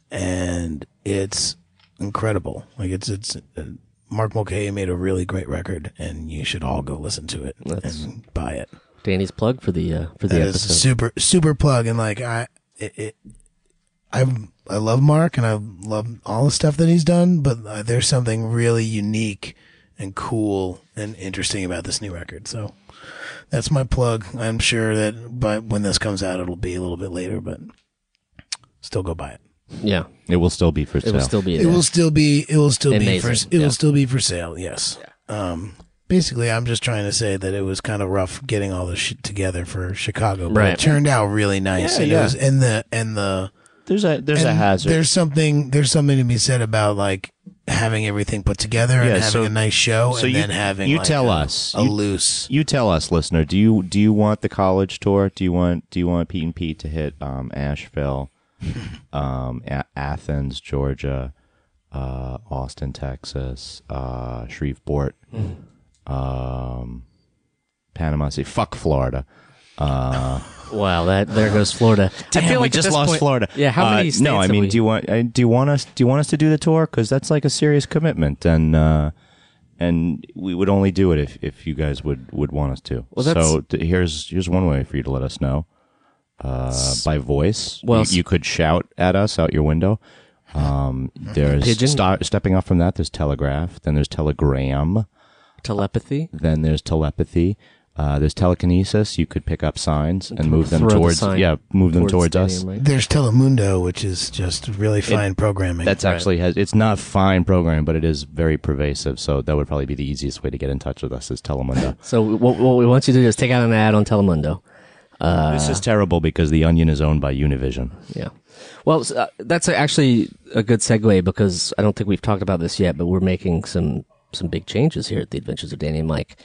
[SPEAKER 7] and it's incredible. Like it's it's uh, Mark Mulcahy made a really great record, and you should all go listen to it and buy it.
[SPEAKER 6] Danny's plug for the uh, for the
[SPEAKER 7] That is a
[SPEAKER 6] episode.
[SPEAKER 7] super super plug, and like I it, it I I love Mark, and I love all the stuff that he's done, but uh, there's something really unique and cool and interesting about this new record. So that's my plug. I'm sure that by when this comes out, it'll be a little bit later, but still go buy it.
[SPEAKER 6] yeah,
[SPEAKER 5] It will still be for
[SPEAKER 6] it
[SPEAKER 5] sale.
[SPEAKER 6] will still be.
[SPEAKER 7] It
[SPEAKER 6] there.
[SPEAKER 7] will still be. It will still be for.
[SPEAKER 6] Amazing,
[SPEAKER 7] It
[SPEAKER 6] yeah.
[SPEAKER 7] will still be for sale. Yes. Um. Basically, I'm just trying to say that it was kind of rough getting all this shit together for Chicago, but
[SPEAKER 6] Right.
[SPEAKER 7] it turned out really nice.
[SPEAKER 5] Yeah,
[SPEAKER 7] and
[SPEAKER 5] yeah.
[SPEAKER 7] It was, and the and the
[SPEAKER 5] there's a there's a
[SPEAKER 7] and
[SPEAKER 5] hazard.
[SPEAKER 7] There's something. There's something to be said about like having everything put together and
[SPEAKER 5] Yeah,
[SPEAKER 7] having
[SPEAKER 5] so-
[SPEAKER 7] a nice show,
[SPEAKER 5] so
[SPEAKER 7] and
[SPEAKER 5] you-
[SPEAKER 7] then having
[SPEAKER 5] you
[SPEAKER 7] like,
[SPEAKER 5] tell
[SPEAKER 7] a-
[SPEAKER 5] us.
[SPEAKER 7] a
[SPEAKER 5] You-
[SPEAKER 7] loose.
[SPEAKER 5] you tell us, listener. Do you do you want the college tour? Do you want do you want Pete and Pete to hit um, Asheville, um, A- Athens, Georgia, uh, Austin, Texas, uh, Shreveport, um, Panama City? Fuck Florida.
[SPEAKER 6] Wow, that there goes Florida. I feel
[SPEAKER 5] Damn,
[SPEAKER 6] like
[SPEAKER 5] we
[SPEAKER 6] at
[SPEAKER 5] just
[SPEAKER 6] this
[SPEAKER 5] lost
[SPEAKER 6] point-
[SPEAKER 5] Florida.
[SPEAKER 6] Yeah, how
[SPEAKER 5] Uh,
[SPEAKER 6] many states?
[SPEAKER 5] No, I
[SPEAKER 6] have
[SPEAKER 5] mean,
[SPEAKER 6] we-
[SPEAKER 5] do you want uh, do you want us do you want us to do the tour? Because that's like a serious commitment, and uh, and we would only do it if, if you guys would, would want us to.
[SPEAKER 6] Well, that's-
[SPEAKER 5] so th- here's here's one way for you to let us know uh, by voice.
[SPEAKER 6] Well,
[SPEAKER 5] you,
[SPEAKER 6] s-
[SPEAKER 5] you could shout at us out your window. Um,
[SPEAKER 6] Pigeon?
[SPEAKER 5] there's sta- stepping up from that. There's telegraph. Then there's telegram.
[SPEAKER 6] telepathy?
[SPEAKER 5] Then there's telepathy. Uh, there's telekinesis. You could pick up signs and move them
[SPEAKER 6] Throw the
[SPEAKER 5] towards
[SPEAKER 6] sign
[SPEAKER 5] yeah, move them towards,
[SPEAKER 6] the
[SPEAKER 5] us.
[SPEAKER 6] stadium, right?
[SPEAKER 7] There's Telemundo, which is just really fine programming.
[SPEAKER 5] That's actually has it's not fine program, but it is very pervasive. So that would probably be the easiest way to get in touch with us is Telemundo.
[SPEAKER 6] So what, what we want you to do is take out an ad on Telemundo.
[SPEAKER 5] this is terrible because the Onion is owned by Univision.
[SPEAKER 6] Yeah. Well, s- uh, that's actually a good segue because I don't think we've talked about this yet, but we're making some some big changes here at the Adventures of Danny and Mike,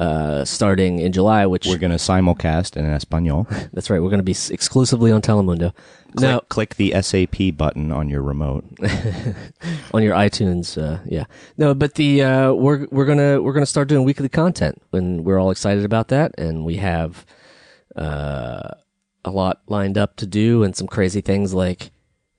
[SPEAKER 6] uh, starting in July. Which
[SPEAKER 5] We're gonna simulcast in Espanol.
[SPEAKER 6] that's right, we're going to be s- exclusively on Telemundo. No,
[SPEAKER 5] click, click the SAP button on your remote.
[SPEAKER 6] on your iTunes. Uh, yeah, no, but the uh, we're we're gonna we're gonna start doing weekly content, and we're all excited about that. And we have uh, a lot lined up to do, and some crazy things like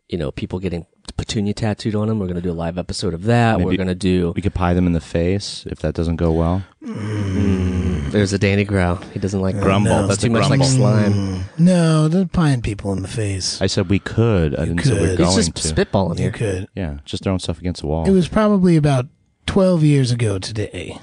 [SPEAKER 6] you know people getting petunia tattooed on them. We're gonna do a live episode of that. we're
[SPEAKER 5] Maybe-
[SPEAKER 6] gonna do.
[SPEAKER 5] We could pie them in the face if that doesn't go well.
[SPEAKER 6] There's a Danny growl. He doesn't like
[SPEAKER 5] Grumble.
[SPEAKER 6] It's
[SPEAKER 5] That's
[SPEAKER 6] too
[SPEAKER 5] a
[SPEAKER 6] much like
[SPEAKER 5] grumble.
[SPEAKER 6] slime.
[SPEAKER 7] no, they're pieing people in the face.
[SPEAKER 5] I said we could. I didn't say we're
[SPEAKER 7] could.
[SPEAKER 5] going
[SPEAKER 6] He's just
[SPEAKER 5] to.
[SPEAKER 6] spitballing
[SPEAKER 7] you
[SPEAKER 6] here.
[SPEAKER 7] could.
[SPEAKER 5] yeah, just throwing stuff against the
[SPEAKER 7] It
[SPEAKER 5] wall.
[SPEAKER 7] was probably about 12 years ago today.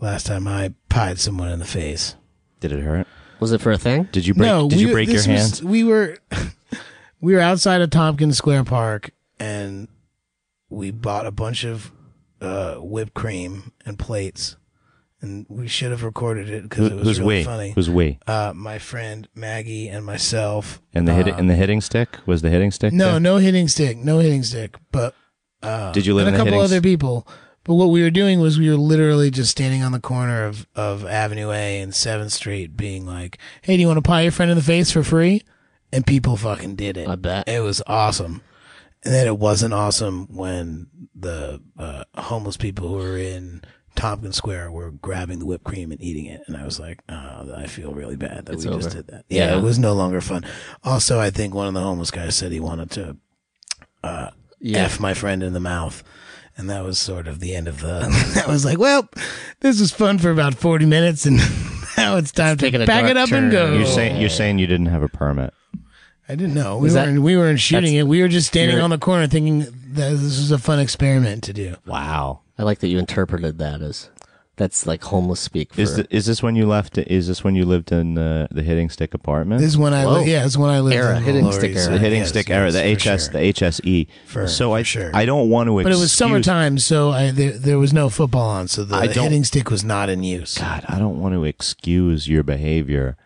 [SPEAKER 7] Last time I pied someone in the face.
[SPEAKER 5] Did it hurt?
[SPEAKER 6] Was it for a thing?
[SPEAKER 5] Did you break?
[SPEAKER 7] no,
[SPEAKER 5] did
[SPEAKER 7] we,
[SPEAKER 5] you break your
[SPEAKER 7] this was-
[SPEAKER 5] hands?
[SPEAKER 7] we were we were outside of Tompkins Square Park and we bought a bunch of uh, whipped cream and plates. And we should have recorded it because
[SPEAKER 5] Who-
[SPEAKER 7] it was
[SPEAKER 5] who's
[SPEAKER 7] really
[SPEAKER 5] we?
[SPEAKER 7] funny.
[SPEAKER 5] Who's we?
[SPEAKER 7] uh, my friend Maggie and myself.
[SPEAKER 5] And the hit and the hitting stick was the hitting stick.
[SPEAKER 7] No,
[SPEAKER 5] there?
[SPEAKER 7] no hitting stick, no hitting stick. But
[SPEAKER 5] Did you live
[SPEAKER 7] and
[SPEAKER 5] in
[SPEAKER 7] a
[SPEAKER 5] the hitting
[SPEAKER 7] couple other people. But what we were doing was we were literally just standing on the corner of, of Avenue A and Seventh Street, being like, "Hey, do you want to pie your friend in the face for free?" And people fucking did it.
[SPEAKER 6] I bet.
[SPEAKER 7] it was awesome. And then it wasn't awesome when the uh, homeless people who were in Tompkins Square were grabbing the whipped cream and eating it. And I was like, oh, I feel really bad that we just
[SPEAKER 6] over.
[SPEAKER 7] did that. Yeah,
[SPEAKER 6] Yeah.
[SPEAKER 7] it was no longer fun. Also, I think one of the homeless guys said he wanted to
[SPEAKER 6] Yeah.
[SPEAKER 7] F my friend in the mouth. And that was sort of the end of the. That was like, well, this was fun for about 40 minutes, and now it's time
[SPEAKER 6] taking
[SPEAKER 7] to
[SPEAKER 6] a
[SPEAKER 7] pack
[SPEAKER 6] dark
[SPEAKER 7] it up
[SPEAKER 6] turn.
[SPEAKER 7] and go.
[SPEAKER 5] You're saying you're saying you didn't have a permit.
[SPEAKER 7] I didn't know. We
[SPEAKER 6] that-
[SPEAKER 7] weren't, we weren't shooting
[SPEAKER 6] that's-
[SPEAKER 7] it. We were just standing
[SPEAKER 6] you're-
[SPEAKER 7] on the corner thinking that this was a fun experiment to do.
[SPEAKER 6] Wow. I like that you interpreted that as that's like homeless speak for
[SPEAKER 5] Is th- is this when you left? Is this when you lived in the the hitting stick apartment?
[SPEAKER 7] This is when I,
[SPEAKER 6] Whoa.
[SPEAKER 7] li- yeah, this is when I lived
[SPEAKER 6] Era,
[SPEAKER 7] in
[SPEAKER 6] hitting
[SPEAKER 7] Lower
[SPEAKER 6] stick
[SPEAKER 7] East
[SPEAKER 6] era.
[SPEAKER 5] the
[SPEAKER 7] Side.
[SPEAKER 5] hitting
[SPEAKER 7] Yes,
[SPEAKER 5] stick era, the
[SPEAKER 7] yes, for
[SPEAKER 5] HS,
[SPEAKER 7] sure.
[SPEAKER 5] the HSE.
[SPEAKER 7] For-
[SPEAKER 5] so I
[SPEAKER 7] for sure.
[SPEAKER 5] I don't want to.
[SPEAKER 7] But it was
[SPEAKER 5] excuse-
[SPEAKER 7] summertime, so I there, there was no football on, so the
[SPEAKER 5] I don't-
[SPEAKER 7] hitting stick was not in use.
[SPEAKER 5] God, I don't want to excuse your behavior.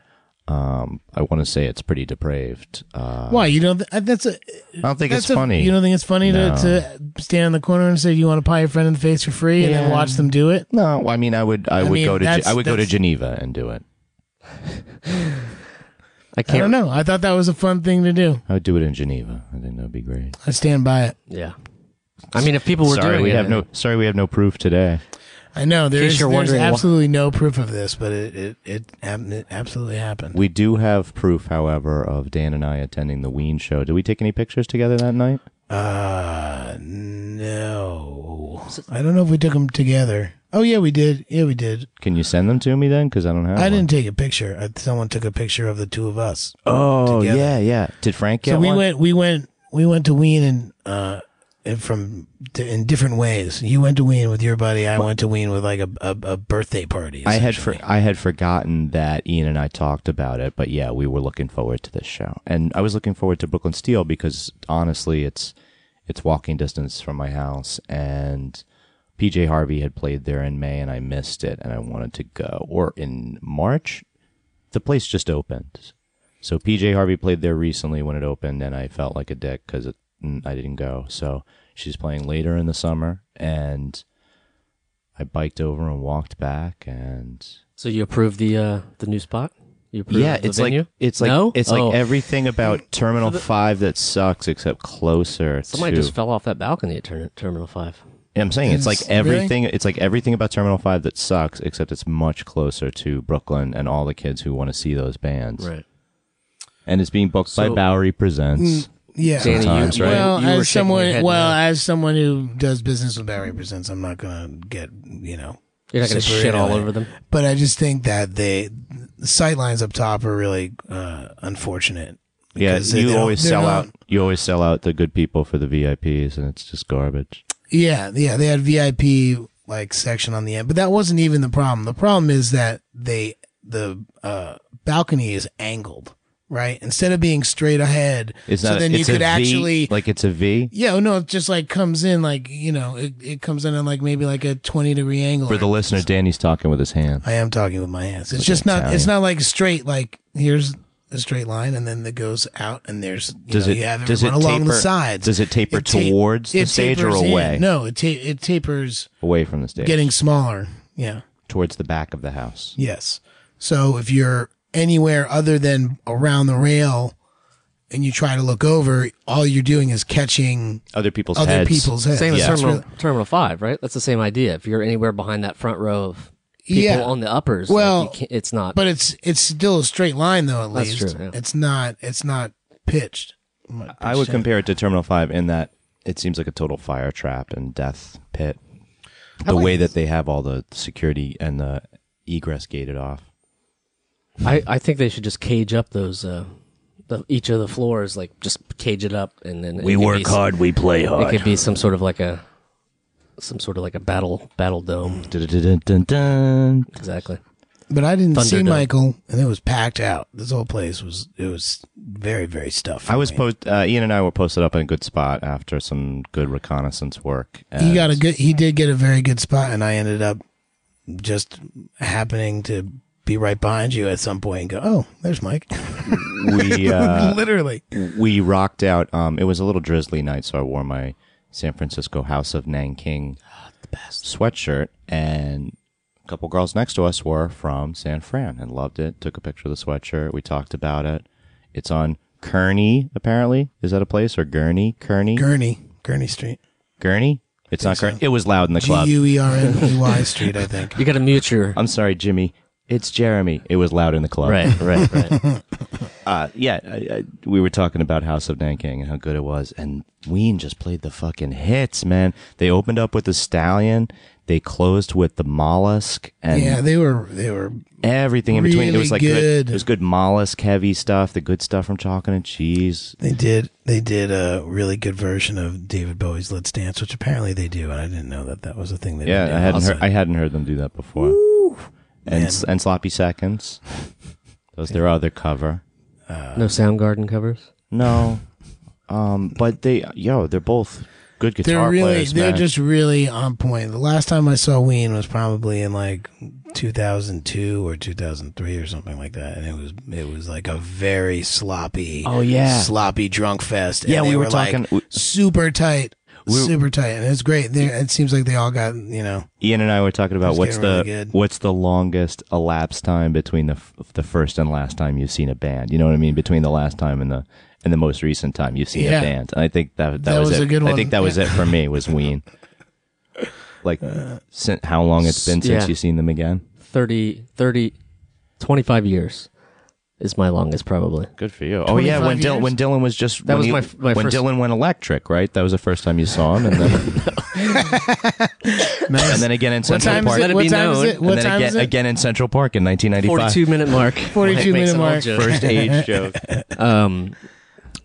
[SPEAKER 5] Um, I want to say it's pretty depraved. Uh,
[SPEAKER 7] Why you don't? Th- that's a.
[SPEAKER 5] I don't think
[SPEAKER 7] That's
[SPEAKER 5] it's
[SPEAKER 7] a-
[SPEAKER 5] funny.
[SPEAKER 7] You don't think it's funny to, to stand in the corner and say you want to pie your friend in the face for free and then
[SPEAKER 5] Yeah.
[SPEAKER 7] watch them do it?
[SPEAKER 5] no, I mean, I would, I, would
[SPEAKER 7] mean,
[SPEAKER 5] go to, Ge-
[SPEAKER 7] that's-
[SPEAKER 5] I would go to
[SPEAKER 7] that's-
[SPEAKER 5] Geneva and do it.
[SPEAKER 6] I
[SPEAKER 7] I don't
[SPEAKER 6] can't
[SPEAKER 7] know. I thought that was a fun thing to do.
[SPEAKER 5] I would do it in Geneva. I think that'd be great.
[SPEAKER 7] I stand by it.
[SPEAKER 6] Yeah. I mean if people were
[SPEAKER 5] sorry,
[SPEAKER 6] doing
[SPEAKER 5] we
[SPEAKER 6] it
[SPEAKER 5] have no, sorry, we have no proof today.
[SPEAKER 7] I know
[SPEAKER 6] case
[SPEAKER 7] there's,
[SPEAKER 6] you're
[SPEAKER 7] there's
[SPEAKER 6] wondering why-
[SPEAKER 7] absolutely no proof of this, but it it it, hap- it absolutely happened.
[SPEAKER 5] We do have proof, however, of Dan and I attending the Ween show. Did we take any pictures together that night?
[SPEAKER 7] Uh, no. I don't know if we took them together. Oh yeah, we did. Yeah, we did.
[SPEAKER 5] Can you send them to me then? Because I don't have.
[SPEAKER 7] I
[SPEAKER 5] one.
[SPEAKER 7] didn't take a picture. I, someone took a picture of the two of us.
[SPEAKER 5] Oh
[SPEAKER 7] together.
[SPEAKER 5] yeah, yeah. Did Frank get
[SPEAKER 7] so we
[SPEAKER 5] one?
[SPEAKER 7] went. We went. We went to Ween and uh, and from in different ways. You went to Ween with your buddy. I went to Ween with like a a, a birthday party.
[SPEAKER 5] I had for, I had forgotten that Ian and I talked about it, but yeah, we were looking forward to this show, and I was looking forward to Brooklyn Steel because honestly, it's it's walking distance from my house, and PJ Harvey had played there in May, and I missed it, and I wanted to go. Or in March, the place just opened, so PJ Harvey played there recently when it opened, and I felt like a dick because I didn't go. So she's playing later in the summer, and. I biked over and walked back, and
[SPEAKER 6] So you approve the uh the new spot? You approve
[SPEAKER 5] yeah,
[SPEAKER 6] the
[SPEAKER 5] it's
[SPEAKER 6] venue?
[SPEAKER 5] like it's like
[SPEAKER 6] No?
[SPEAKER 5] it's
[SPEAKER 6] Oh.
[SPEAKER 5] like everything about Terminal Five that sucks, except closer
[SPEAKER 6] Somebody
[SPEAKER 5] to.
[SPEAKER 6] just fell off that balcony at Terminal, Terminal 5.
[SPEAKER 5] I'm saying it's like
[SPEAKER 7] Really?
[SPEAKER 5] everything. It's like everything about Terminal Five that sucks, except it's much closer to Brooklyn and all the kids who want to see those bands. and it's being booked by
[SPEAKER 6] So-
[SPEAKER 5] Bowery
[SPEAKER 7] Mm.
[SPEAKER 5] Presents.
[SPEAKER 7] yeah.
[SPEAKER 6] Danny,
[SPEAKER 5] Sometimes,
[SPEAKER 6] you,
[SPEAKER 5] right?
[SPEAKER 6] well,
[SPEAKER 7] Well,
[SPEAKER 6] you were
[SPEAKER 7] as someone, well,
[SPEAKER 6] I,
[SPEAKER 7] as someone who does business with Barry Presents, I'm not gonna get you know.
[SPEAKER 6] you're not going to
[SPEAKER 7] super
[SPEAKER 6] shit
[SPEAKER 7] into
[SPEAKER 6] all
[SPEAKER 7] it.
[SPEAKER 6] over them.
[SPEAKER 7] But I just think that they the sight lines up top are really uh, unfortunate.
[SPEAKER 5] Yeah,
[SPEAKER 7] Because they
[SPEAKER 5] you
[SPEAKER 7] don't-
[SPEAKER 5] always
[SPEAKER 7] they're
[SPEAKER 5] sell
[SPEAKER 7] not-
[SPEAKER 5] out. You always sell out the good people for the VIPs, and it's just garbage.
[SPEAKER 7] Yeah, yeah, they had VIP like section on the end, but that wasn't even the problem. The problem is that they the uh, balcony is angled, right? Instead of being straight ahead,
[SPEAKER 5] It's
[SPEAKER 7] so
[SPEAKER 5] not.
[SPEAKER 7] then
[SPEAKER 5] it's
[SPEAKER 7] you
[SPEAKER 5] a V,
[SPEAKER 7] could actually
[SPEAKER 5] like it's a V.
[SPEAKER 7] yeah, oh, no, it just like comes in like you know it, it comes in on like maybe like a twenty degree angle
[SPEAKER 5] For the listener, Danny's talking with his hand.
[SPEAKER 7] I am talking with my hands. It's just not. It's not like straight. Like here's a straight line, and then it goes out, and there's you
[SPEAKER 5] Does
[SPEAKER 7] know,
[SPEAKER 5] it-
[SPEAKER 7] you have
[SPEAKER 5] does it
[SPEAKER 7] everyone along the
[SPEAKER 5] taper-
[SPEAKER 7] sides.
[SPEAKER 5] does it taper
[SPEAKER 7] ta-
[SPEAKER 5] towards the stage or
[SPEAKER 7] tapers in.
[SPEAKER 5] away?
[SPEAKER 7] No, it ta- it tapers
[SPEAKER 5] away from the stage,
[SPEAKER 7] getting smaller. Yeah.
[SPEAKER 5] towards the back of the house.
[SPEAKER 7] Yes. So if you're anywhere other than around the rail, and you try to look over, all you're doing is catching
[SPEAKER 5] Other people's
[SPEAKER 7] other
[SPEAKER 5] heads.
[SPEAKER 7] people's heads.
[SPEAKER 6] Same as
[SPEAKER 7] It's
[SPEAKER 6] Terminal,
[SPEAKER 7] really-
[SPEAKER 6] Terminal 5, right? That's the same idea. If you're anywhere behind that front row of people
[SPEAKER 7] Yeah.
[SPEAKER 6] on the uppers,
[SPEAKER 7] Well,
[SPEAKER 6] well, like you can't, it's not.
[SPEAKER 7] But it's it's still a straight line though. At
[SPEAKER 6] That's
[SPEAKER 7] least
[SPEAKER 6] true, yeah.
[SPEAKER 7] it's not it's not pitched.
[SPEAKER 5] I would compare it to Terminal Five in that it seems like a total fire trap and death pit. The way that they have all the security and the egress gated off.
[SPEAKER 6] I, I think they should just cage up those, uh, the, each of the floors, like just cage it up and then. We work hard, we play hard. It could be some sort of like a, some sort of like a battle, battle dome.
[SPEAKER 5] Dun-dun-dun-dun-dun.
[SPEAKER 6] Exactly.
[SPEAKER 7] But I didn't see
[SPEAKER 6] Thunderdome.
[SPEAKER 7] Michael, and it was packed out. This whole place was it was very very stuffed.
[SPEAKER 5] I was post. Uh, Ian and I were posted up in a good spot after some good reconnaissance work. And
[SPEAKER 7] he got a good he did get a very good spot, and I ended up just happening to be right behind you at some point and go, oh, there's Mike.
[SPEAKER 5] We uh,
[SPEAKER 7] Literally,
[SPEAKER 5] we rocked out. Um, it was a little drizzly night, so I wore my San Francisco House of Nanking sweatshirt, and a couple girls next to us were from San Fran and loved it. Took a picture of the sweatshirt. We talked about it. It's on Kearney, apparently. Is that a place or Gurney? Kearney,
[SPEAKER 7] Gurney Gurney Street,
[SPEAKER 5] Gurney. It's not Kearney. It was loud in the
[SPEAKER 7] G
[SPEAKER 5] club.
[SPEAKER 7] U E R N E Y Street, I think.
[SPEAKER 6] You got to mute your.
[SPEAKER 5] I'm sorry, Jimmy. It's Jeremy. It was loud in the club.
[SPEAKER 6] Right, right, right.
[SPEAKER 5] Uh, yeah, I, I, we were talking about House of Nanking and how good it was, and Ween just played the fucking hits, man. They opened up with the Stallion, they closed with the Mollusk, and
[SPEAKER 7] Yeah, they were they were
[SPEAKER 5] everything in between. It
[SPEAKER 7] Really
[SPEAKER 5] was like good.
[SPEAKER 7] good.
[SPEAKER 5] It was good Mollusk heavy stuff, the good stuff from Chocolate and Cheese.
[SPEAKER 7] they did they did a really good version of David Bowie's Let's Dance, which apparently they do, and I didn't know that that was a thing they
[SPEAKER 5] Yeah,
[SPEAKER 7] did.
[SPEAKER 5] I hadn't
[SPEAKER 7] Also,
[SPEAKER 5] heard. I hadn't heard them do that before. and s- and sloppy seconds. That was their other cover.
[SPEAKER 6] No Soundgarden covers.
[SPEAKER 5] No, um, but they yo, they're both good
[SPEAKER 7] they're
[SPEAKER 5] guitar
[SPEAKER 7] really
[SPEAKER 5] players.
[SPEAKER 7] they're
[SPEAKER 5] man.
[SPEAKER 7] just really on point. The last time I saw Ween was probably in like 2002 or 2003 or something like that, and it was it was like a very sloppy
[SPEAKER 5] Oh, yeah.
[SPEAKER 7] sloppy drunk fest.
[SPEAKER 5] Yeah,
[SPEAKER 7] and they
[SPEAKER 5] we were
[SPEAKER 7] like,
[SPEAKER 5] talking- we-
[SPEAKER 7] super tight. super tight, and it's great. They, it seems like they all got you know.
[SPEAKER 5] Ian and I were talking about
[SPEAKER 7] It's
[SPEAKER 5] what's
[SPEAKER 7] getting
[SPEAKER 5] the
[SPEAKER 7] really good.
[SPEAKER 5] what's the longest elapsed time between the f- the first and last time you've seen a band. You know what I mean? Between the last time and the and the most recent time you've seen
[SPEAKER 7] Yeah.
[SPEAKER 5] a band. And I think that that,
[SPEAKER 7] That
[SPEAKER 5] was,
[SPEAKER 7] was
[SPEAKER 5] it.
[SPEAKER 7] a good
[SPEAKER 5] I
[SPEAKER 7] one.
[SPEAKER 5] think that was it for me was Ween. Like
[SPEAKER 7] Uh,
[SPEAKER 5] sin how long it's been since
[SPEAKER 6] yeah.
[SPEAKER 5] you've seen them again?
[SPEAKER 6] 30, 30, 25 years is my longest probably.
[SPEAKER 5] Good for you. Oh yeah, when
[SPEAKER 7] 25
[SPEAKER 5] Dylan
[SPEAKER 7] years?
[SPEAKER 5] when Dylan was just
[SPEAKER 6] That
[SPEAKER 5] when
[SPEAKER 6] was
[SPEAKER 5] you-
[SPEAKER 6] my f- my
[SPEAKER 5] when
[SPEAKER 6] first-
[SPEAKER 5] Dylan went electric, right? That was the first time you saw him, and then and then again in Central
[SPEAKER 7] time
[SPEAKER 5] Park.
[SPEAKER 7] is
[SPEAKER 6] Let
[SPEAKER 7] it?
[SPEAKER 6] it
[SPEAKER 7] What
[SPEAKER 6] be
[SPEAKER 7] time is
[SPEAKER 6] known.
[SPEAKER 7] it?
[SPEAKER 5] And
[SPEAKER 7] What
[SPEAKER 5] then
[SPEAKER 7] time
[SPEAKER 5] again,
[SPEAKER 7] is it?
[SPEAKER 5] again in Central Park in 1995.
[SPEAKER 6] 42 minute mark. Makes
[SPEAKER 7] 42
[SPEAKER 6] an
[SPEAKER 7] minute
[SPEAKER 6] old
[SPEAKER 7] mark.
[SPEAKER 6] joke.
[SPEAKER 5] First age joke.
[SPEAKER 6] Um,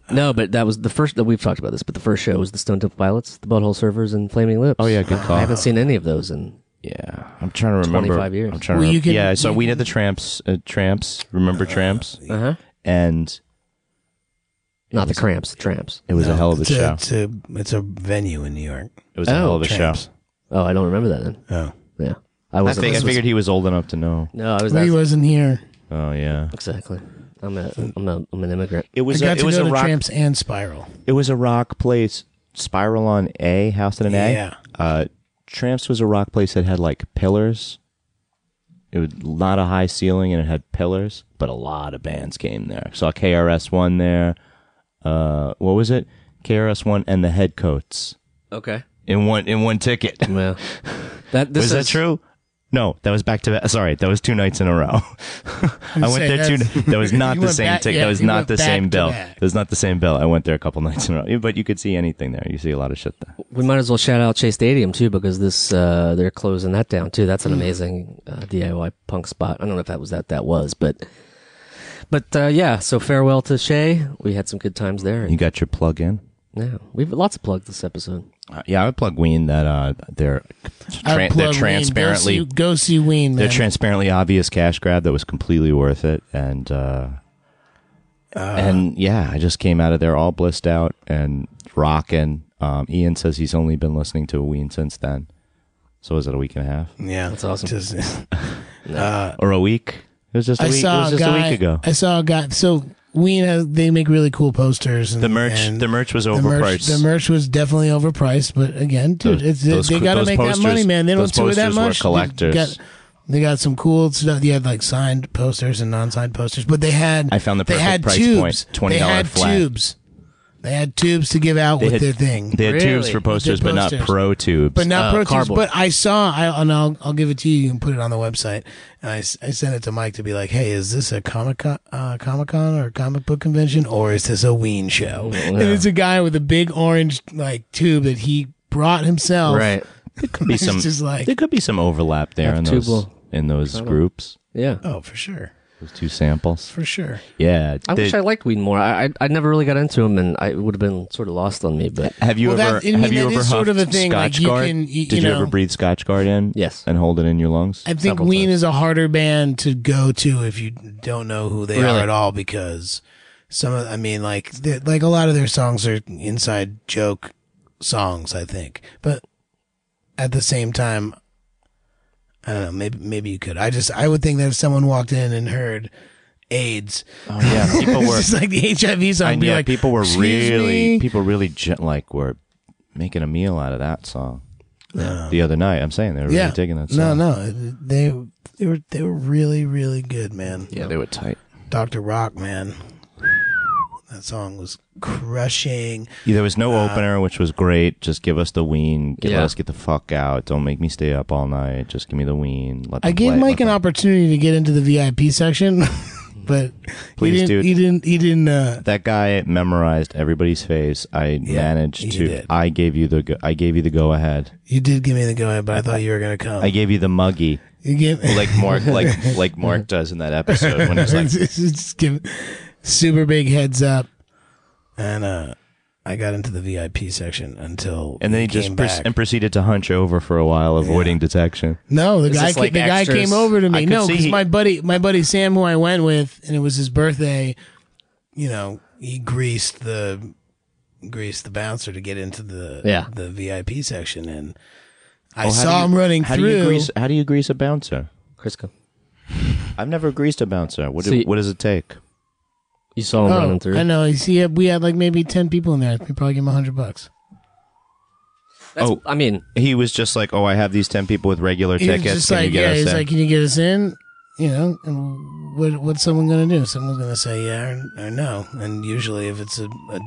[SPEAKER 6] no, but that was the first that we've talked about this, but the first show was the Stone Temple Pilots, the Butthole Surfers, and Flaming Lips.
[SPEAKER 5] Oh yeah, good call.
[SPEAKER 6] I haven't seen any of those in
[SPEAKER 5] Yeah, I'm trying to remember.
[SPEAKER 6] 25 years.
[SPEAKER 5] I'm trying
[SPEAKER 7] Well,
[SPEAKER 5] to.
[SPEAKER 7] you
[SPEAKER 5] remem-
[SPEAKER 7] can-
[SPEAKER 5] yeah, so
[SPEAKER 7] you
[SPEAKER 5] we
[SPEAKER 7] can-
[SPEAKER 5] did the tramps. Uh, tramps. Remember tramps?
[SPEAKER 6] uh-huh.
[SPEAKER 5] And
[SPEAKER 6] not the Cramps, the Tramps.
[SPEAKER 5] it was a hell of a
[SPEAKER 7] It's a,
[SPEAKER 5] show.
[SPEAKER 7] it's a it's a venue in New York.
[SPEAKER 5] It was a hell of a show.
[SPEAKER 6] Oh, I don't remember that then.
[SPEAKER 7] Oh,
[SPEAKER 6] Yeah, I
[SPEAKER 5] I,
[SPEAKER 6] wasn't.
[SPEAKER 5] think, I
[SPEAKER 6] this was-
[SPEAKER 5] figured he was old enough to know.
[SPEAKER 6] no, I was
[SPEAKER 7] he
[SPEAKER 6] that
[SPEAKER 7] wasn't here.
[SPEAKER 5] Oh yeah.
[SPEAKER 6] exactly. I'm a, I'm a, I'm an immigrant.
[SPEAKER 5] It
[SPEAKER 7] I
[SPEAKER 5] was. A,
[SPEAKER 7] got
[SPEAKER 5] it
[SPEAKER 7] to
[SPEAKER 5] was
[SPEAKER 7] go
[SPEAKER 5] a
[SPEAKER 7] to
[SPEAKER 5] rock.
[SPEAKER 7] Tramps and Spiral.
[SPEAKER 5] It was a rock place. Spiral on A House in an A.
[SPEAKER 7] Yeah.
[SPEAKER 5] Uh, tramps was a rock place that had like pillars. It was not a high ceiling and it had pillars, but a lot of bands came there. Saw KRS One there. Uh, what was it? KRS One and the Headcoats.
[SPEAKER 6] Okay.
[SPEAKER 5] in one in one ticket.
[SPEAKER 6] Well, that this
[SPEAKER 5] Was that
[SPEAKER 6] is-
[SPEAKER 5] true? No, that was back to back. Sorry, that was two nights in a row. I went
[SPEAKER 7] saying,
[SPEAKER 5] there two.
[SPEAKER 7] that's-
[SPEAKER 5] That was not
[SPEAKER 7] You
[SPEAKER 5] the
[SPEAKER 7] went
[SPEAKER 5] same
[SPEAKER 7] back-
[SPEAKER 5] ticket.
[SPEAKER 7] yeah,
[SPEAKER 5] that was
[SPEAKER 7] you
[SPEAKER 5] not
[SPEAKER 7] went
[SPEAKER 5] the
[SPEAKER 7] back
[SPEAKER 5] same
[SPEAKER 7] to
[SPEAKER 5] bill.
[SPEAKER 7] back.
[SPEAKER 5] That was not the same bill. I went there a couple nights in a row, but you could see anything there. You see a lot of shit there.
[SPEAKER 6] We might as well shout out Chase Stadium too, because this uh, they're closing that down too. That's an
[SPEAKER 5] Hmm.
[SPEAKER 6] amazing uh, DIY punk spot. I don't know if that was that that was, but but uh, yeah. So farewell to Shay. We had some good times there.
[SPEAKER 5] You
[SPEAKER 6] And,
[SPEAKER 5] got your plug in.
[SPEAKER 6] yeah, we've lots of plugs this episode.
[SPEAKER 5] Uh, yeah, I would plug Ween that uh, they're
[SPEAKER 7] I
[SPEAKER 5] tran
[SPEAKER 7] plug
[SPEAKER 5] they're
[SPEAKER 7] Ween.
[SPEAKER 5] transparently
[SPEAKER 7] go see, go see Ween.
[SPEAKER 5] they're
[SPEAKER 7] man.
[SPEAKER 5] transparently obvious cash grab that was completely worth it and uh,
[SPEAKER 7] Uh.
[SPEAKER 5] and yeah i just came out of there all blissed out and rocking um, ian says he's only been listening to ween since then so was it a week and a half
[SPEAKER 7] yeah, that's
[SPEAKER 6] awesome.
[SPEAKER 5] or a week it was just a
[SPEAKER 7] I
[SPEAKER 5] week it
[SPEAKER 7] saw
[SPEAKER 5] was
[SPEAKER 7] a
[SPEAKER 5] just
[SPEAKER 7] guy.
[SPEAKER 5] a week ago
[SPEAKER 7] I saw a guy. So Ween has they make really cool posters. And,
[SPEAKER 5] the merch
[SPEAKER 7] and
[SPEAKER 5] the merch was
[SPEAKER 7] the merch,
[SPEAKER 5] overpriced
[SPEAKER 7] the merch was definitely overpriced, but again, dude,
[SPEAKER 5] Those-
[SPEAKER 7] it's, they-
[SPEAKER 5] those
[SPEAKER 7] they
[SPEAKER 5] co-
[SPEAKER 7] got to
[SPEAKER 5] those
[SPEAKER 7] make
[SPEAKER 5] posters-
[SPEAKER 7] that money, man. They
[SPEAKER 5] those
[SPEAKER 7] don't do it that
[SPEAKER 5] posters were
[SPEAKER 7] much. They
[SPEAKER 5] collectors.
[SPEAKER 7] got- They got some cool stuff. They had like signed posters and non-signed posters, but they had.
[SPEAKER 5] I found the
[SPEAKER 7] they
[SPEAKER 5] perfect
[SPEAKER 7] had
[SPEAKER 5] price
[SPEAKER 7] tubes.
[SPEAKER 5] point, $20
[SPEAKER 7] They had
[SPEAKER 5] flat.
[SPEAKER 7] tubes. They had tubes to give out with
[SPEAKER 5] had-
[SPEAKER 7] their thing.
[SPEAKER 5] they had tubes
[SPEAKER 6] Really?
[SPEAKER 5] for posters, but not
[SPEAKER 7] posters.
[SPEAKER 5] pro tubes
[SPEAKER 7] But not
[SPEAKER 6] Uh,
[SPEAKER 7] pro tubes.
[SPEAKER 6] cardboard.
[SPEAKER 7] But I saw, I, and I'll, I'll give it to you. You can put it on the website. And I, s- I sent it to Mike to be like, hey, is this a Comic Con uh, Comic Con or comic book convention or is this a Ween show? And it's a guy with a big orange like tube that he brought himself.
[SPEAKER 6] Right.
[SPEAKER 5] could be
[SPEAKER 7] oh. It's
[SPEAKER 5] some
[SPEAKER 7] just like-
[SPEAKER 5] there could be some overlap there in
[SPEAKER 6] two
[SPEAKER 5] those
[SPEAKER 6] will-
[SPEAKER 5] in those groups
[SPEAKER 6] Yeah.
[SPEAKER 7] Oh, for sure,
[SPEAKER 5] those two samples
[SPEAKER 7] for sure.
[SPEAKER 5] yeah
[SPEAKER 6] I
[SPEAKER 5] they-
[SPEAKER 6] wish I liked weed more. I, I I never really got into them, and I, it would have been sort of lost on me. But
[SPEAKER 5] Have you
[SPEAKER 7] Well,
[SPEAKER 5] ever
[SPEAKER 7] that- I mean,
[SPEAKER 5] have you
[SPEAKER 7] that
[SPEAKER 5] ever
[SPEAKER 7] is sort of
[SPEAKER 5] huffed
[SPEAKER 7] a thing, like,
[SPEAKER 5] Scotch
[SPEAKER 7] you
[SPEAKER 5] guard?
[SPEAKER 7] can- you-
[SPEAKER 5] Did
[SPEAKER 7] you
[SPEAKER 5] you
[SPEAKER 7] know-
[SPEAKER 5] ever breathe Scotch guard in?
[SPEAKER 6] Yes.
[SPEAKER 5] And hold it in your lungs?
[SPEAKER 7] I think
[SPEAKER 6] Several
[SPEAKER 7] Ween
[SPEAKER 6] times.
[SPEAKER 7] is a harder band to go to if you don't know who they
[SPEAKER 6] Really?
[SPEAKER 7] are at all because some of I mean like they're- like a lot of their songs are inside joke songs I think but at the same time I don't know maybe maybe you could I just I would think that if someone walked in and heard AIDS
[SPEAKER 5] oh yeah, people
[SPEAKER 7] it's
[SPEAKER 5] were
[SPEAKER 7] just like the HIV song
[SPEAKER 5] and
[SPEAKER 7] be
[SPEAKER 5] yeah,
[SPEAKER 7] like
[SPEAKER 5] people were
[SPEAKER 7] "Excuse
[SPEAKER 5] really
[SPEAKER 7] me?"
[SPEAKER 5] people really ge- like were making a meal out of that song. the other night, I'm saying they were
[SPEAKER 7] Uh. yeah
[SPEAKER 5] really digging that song.
[SPEAKER 7] no no they they were they were really really good man
[SPEAKER 5] Yeah, they were tight.
[SPEAKER 7] Dr. Rock, man. That song was crushing.
[SPEAKER 5] Yeah, there was no
[SPEAKER 7] Uh,
[SPEAKER 5] opener, which was great. Just give us the ween. Get,
[SPEAKER 6] Yeah.
[SPEAKER 5] Let us get the fuck out. Don't make me stay up all night. Just give me the ween. Let
[SPEAKER 7] I
[SPEAKER 5] them
[SPEAKER 7] gave
[SPEAKER 5] play,
[SPEAKER 7] Mike
[SPEAKER 5] let
[SPEAKER 7] an
[SPEAKER 5] them-
[SPEAKER 7] opportunity to get into the VIP section, but
[SPEAKER 5] Please,
[SPEAKER 7] he didn't.
[SPEAKER 5] dude.
[SPEAKER 7] He didn't. He didn't. Uh,
[SPEAKER 5] That guy memorized everybody's face. I
[SPEAKER 7] he
[SPEAKER 5] managed to.
[SPEAKER 7] did.
[SPEAKER 5] I gave you the. Go, I gave you the go ahead.
[SPEAKER 7] you did give me the go ahead, but I thought you were gonna come.
[SPEAKER 5] I gave you the muggy,
[SPEAKER 7] you gave
[SPEAKER 5] like Mark, like like Mark does in that episode when he's like,
[SPEAKER 7] just give super big heads up, and uh, I got into the VIP section until
[SPEAKER 5] and then he
[SPEAKER 7] came
[SPEAKER 5] just
[SPEAKER 7] back.
[SPEAKER 5] proce- and proceeded to hunch over for a while, avoiding detection.
[SPEAKER 7] No, the
[SPEAKER 6] Is
[SPEAKER 7] guy
[SPEAKER 6] this
[SPEAKER 7] ca-
[SPEAKER 6] like
[SPEAKER 7] the guy
[SPEAKER 6] extras?
[SPEAKER 7] came over to
[SPEAKER 5] I
[SPEAKER 7] me.
[SPEAKER 5] could
[SPEAKER 7] No,
[SPEAKER 5] see
[SPEAKER 7] because
[SPEAKER 5] he-
[SPEAKER 7] my buddy my buddy Sam, who I went with, and it was his birthday. You know, he greased the greased the bouncer to get into the
[SPEAKER 6] Yeah.
[SPEAKER 7] the VIP section, and I
[SPEAKER 5] Oh, how do
[SPEAKER 7] saw
[SPEAKER 5] you-
[SPEAKER 7] him running
[SPEAKER 5] how
[SPEAKER 7] through.
[SPEAKER 5] Do you grease, how do you grease a bouncer?
[SPEAKER 6] Crisco.
[SPEAKER 5] I've never greased a bouncer. What,
[SPEAKER 6] So
[SPEAKER 5] do,
[SPEAKER 6] you-
[SPEAKER 5] what does it take?
[SPEAKER 6] You saw him
[SPEAKER 7] oh,
[SPEAKER 6] running through.
[SPEAKER 7] I know. You see, we had like maybe ten people in there. We probably gave him hundred bucks.
[SPEAKER 6] That's,
[SPEAKER 5] Oh.
[SPEAKER 6] I mean,
[SPEAKER 5] He was just like, oh, I have these ten people with regular
[SPEAKER 7] He was
[SPEAKER 5] tickets.
[SPEAKER 7] just
[SPEAKER 5] Can you
[SPEAKER 7] like,
[SPEAKER 5] get
[SPEAKER 7] yeah,
[SPEAKER 5] us
[SPEAKER 7] he's
[SPEAKER 5] in?
[SPEAKER 7] like, can you get us in? You know, and what what's someone gonna do? Someone's gonna say yeah or, or no, and usually if it's a, a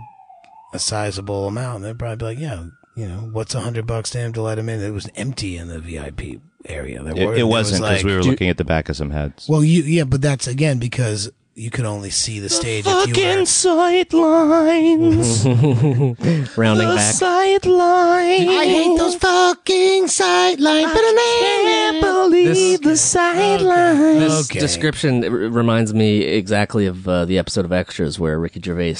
[SPEAKER 7] a sizable amount, they're probably like, yeah, you know, what's a hundred bucks to him to let him in? It was empty in the VIP area. There
[SPEAKER 5] It,
[SPEAKER 7] were-
[SPEAKER 5] it
[SPEAKER 7] there was,
[SPEAKER 5] wasn't because
[SPEAKER 7] like-
[SPEAKER 5] we were looking at the back of some heads.
[SPEAKER 7] Well, you yeah, but that's again because you could only see the, stage if you were.
[SPEAKER 5] sight lines,
[SPEAKER 6] rounding back.
[SPEAKER 5] sight lines.
[SPEAKER 7] I hate those fucking sidelines.
[SPEAKER 5] believe the sight lines.
[SPEAKER 6] This
[SPEAKER 7] Okay.
[SPEAKER 6] description r- reminds me exactly of uh, the episode of Extras where Ricky Gervais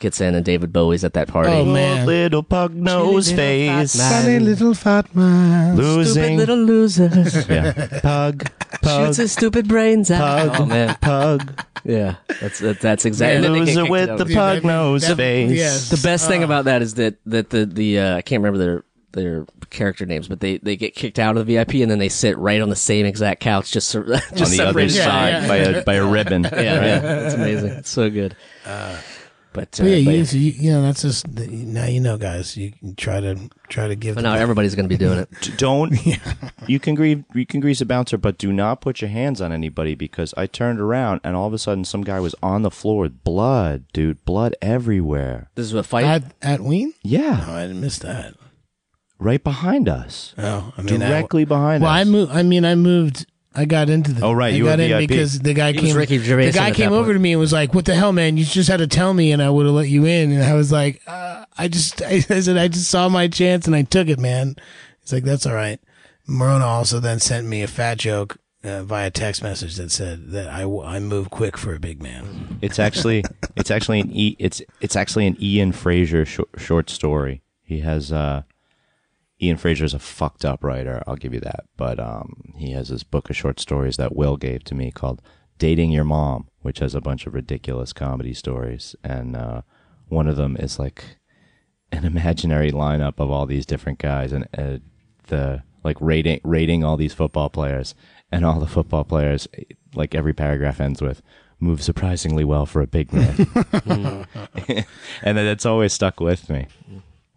[SPEAKER 6] gets in and David Bowie's at that party.
[SPEAKER 7] Oh man,
[SPEAKER 5] Little pug nose face,
[SPEAKER 7] funny little fat man.
[SPEAKER 5] losing
[SPEAKER 6] loser
[SPEAKER 5] yeah. pug, pug,
[SPEAKER 6] stupid brains out.
[SPEAKER 5] Pug.
[SPEAKER 6] Oh man,
[SPEAKER 5] pug.
[SPEAKER 6] yeah, that's that, that's exactly. and then they get
[SPEAKER 5] Loser
[SPEAKER 6] kicked
[SPEAKER 5] with
[SPEAKER 6] out.
[SPEAKER 5] the pug Uh. nose face.
[SPEAKER 7] Yes.
[SPEAKER 6] The best thing about that is that that the the uh, I can't remember their their character names, but they they get kicked out of the VIP and then they sit right on the same exact couch, just sur- just
[SPEAKER 5] On the other side
[SPEAKER 6] separated by-
[SPEAKER 5] by a by a ribbon.
[SPEAKER 6] Yeah, yeah, that's amazing. It's so good. but, uh,
[SPEAKER 7] But yeah,
[SPEAKER 6] but-
[SPEAKER 7] you, so you, you know that's just the, now you know, guys. You can try to try to give.
[SPEAKER 6] but now everybody's going to be doing it.
[SPEAKER 5] D- don't you can grieve you can grease a bouncer but do not put your hands on anybody because i turned around and all of a sudden some guy was on the floor with blood dude blood everywhere
[SPEAKER 6] This is a fight.
[SPEAKER 7] at at Ween.
[SPEAKER 5] yeah
[SPEAKER 7] Oh, I didn't miss that.
[SPEAKER 5] right behind us
[SPEAKER 7] Oh, I mean, I-
[SPEAKER 5] directly behind
[SPEAKER 7] well,
[SPEAKER 5] us
[SPEAKER 7] I moved. I mean, I moved. I got into the.
[SPEAKER 5] Oh, right,
[SPEAKER 7] I
[SPEAKER 5] you
[SPEAKER 7] got
[SPEAKER 5] were
[SPEAKER 7] in
[SPEAKER 5] VIP.
[SPEAKER 7] because the guy
[SPEAKER 6] He was
[SPEAKER 7] came.
[SPEAKER 6] Ricky Gervais
[SPEAKER 7] the guy
[SPEAKER 6] at
[SPEAKER 7] came
[SPEAKER 6] that
[SPEAKER 7] over
[SPEAKER 6] point.
[SPEAKER 7] to me and was like, "What the hell, man? You just had to tell me, and I would have let you in." And I was like, uh, "I just," I said, "I just saw my chance and I took it, man." He's like, "That's all right." Morona also then sent me a fat joke uh, via text message that said that I w- I move quick for a big man.
[SPEAKER 5] it's actually it's actually an e it's it's actually an ian fraser short, short story he has uh Ian Fraser is a fucked up writer, I'll give you that. But um, he has this book of short stories that Will gave to me called Dating Your Mom, which has a bunch of ridiculous comedy stories. And uh, one of them is like an imaginary lineup of all these different guys and uh, the like rating rating all these football players and all the football players like every paragraph ends with move surprisingly well for a big man and that's always stuck with me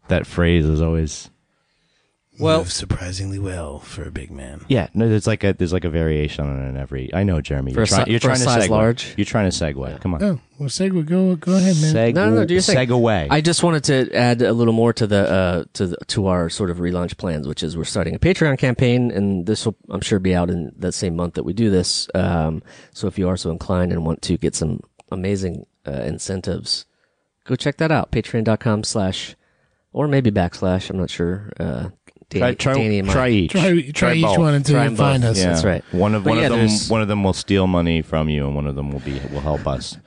[SPEAKER 5] that phrase is always
[SPEAKER 6] Well-
[SPEAKER 7] move surprisingly well for a big man.
[SPEAKER 5] Yeah, no, there's like a there's like a variation on it in every. I know, Jeremy.
[SPEAKER 6] For
[SPEAKER 5] you're
[SPEAKER 6] a si-
[SPEAKER 5] trying, you're
[SPEAKER 6] for a
[SPEAKER 5] trying to
[SPEAKER 6] size
[SPEAKER 5] segue.
[SPEAKER 6] large?
[SPEAKER 5] You're trying to segue. Come on,
[SPEAKER 7] Oh, well, segue, go go ahead, man.
[SPEAKER 5] Seg-
[SPEAKER 6] No, no, no. Do your thing.
[SPEAKER 5] segue.
[SPEAKER 6] I just wanted to add a little more to the uh, to the, to our sort of relaunch plans, which is we're starting a Patreon campaign, and this will I'm sure be out in that same month that we do this. Um, so if you are so inclined and want to get some amazing uh, incentives, go check that out. Patreon.com slash or maybe backslash. I'm not sure. Uh,
[SPEAKER 5] try
[SPEAKER 6] Danny,
[SPEAKER 5] try,
[SPEAKER 6] Danny and Mike.
[SPEAKER 5] try each.
[SPEAKER 7] try try, each
[SPEAKER 5] both.
[SPEAKER 7] one until
[SPEAKER 6] Try
[SPEAKER 7] you
[SPEAKER 6] them
[SPEAKER 7] find
[SPEAKER 6] both.
[SPEAKER 7] us.
[SPEAKER 5] Yeah.
[SPEAKER 6] That's right.
[SPEAKER 5] One of
[SPEAKER 6] But
[SPEAKER 5] one
[SPEAKER 6] yeah,
[SPEAKER 5] of them
[SPEAKER 6] there's-
[SPEAKER 5] one of them will steal money from you, and one of them will be will help us.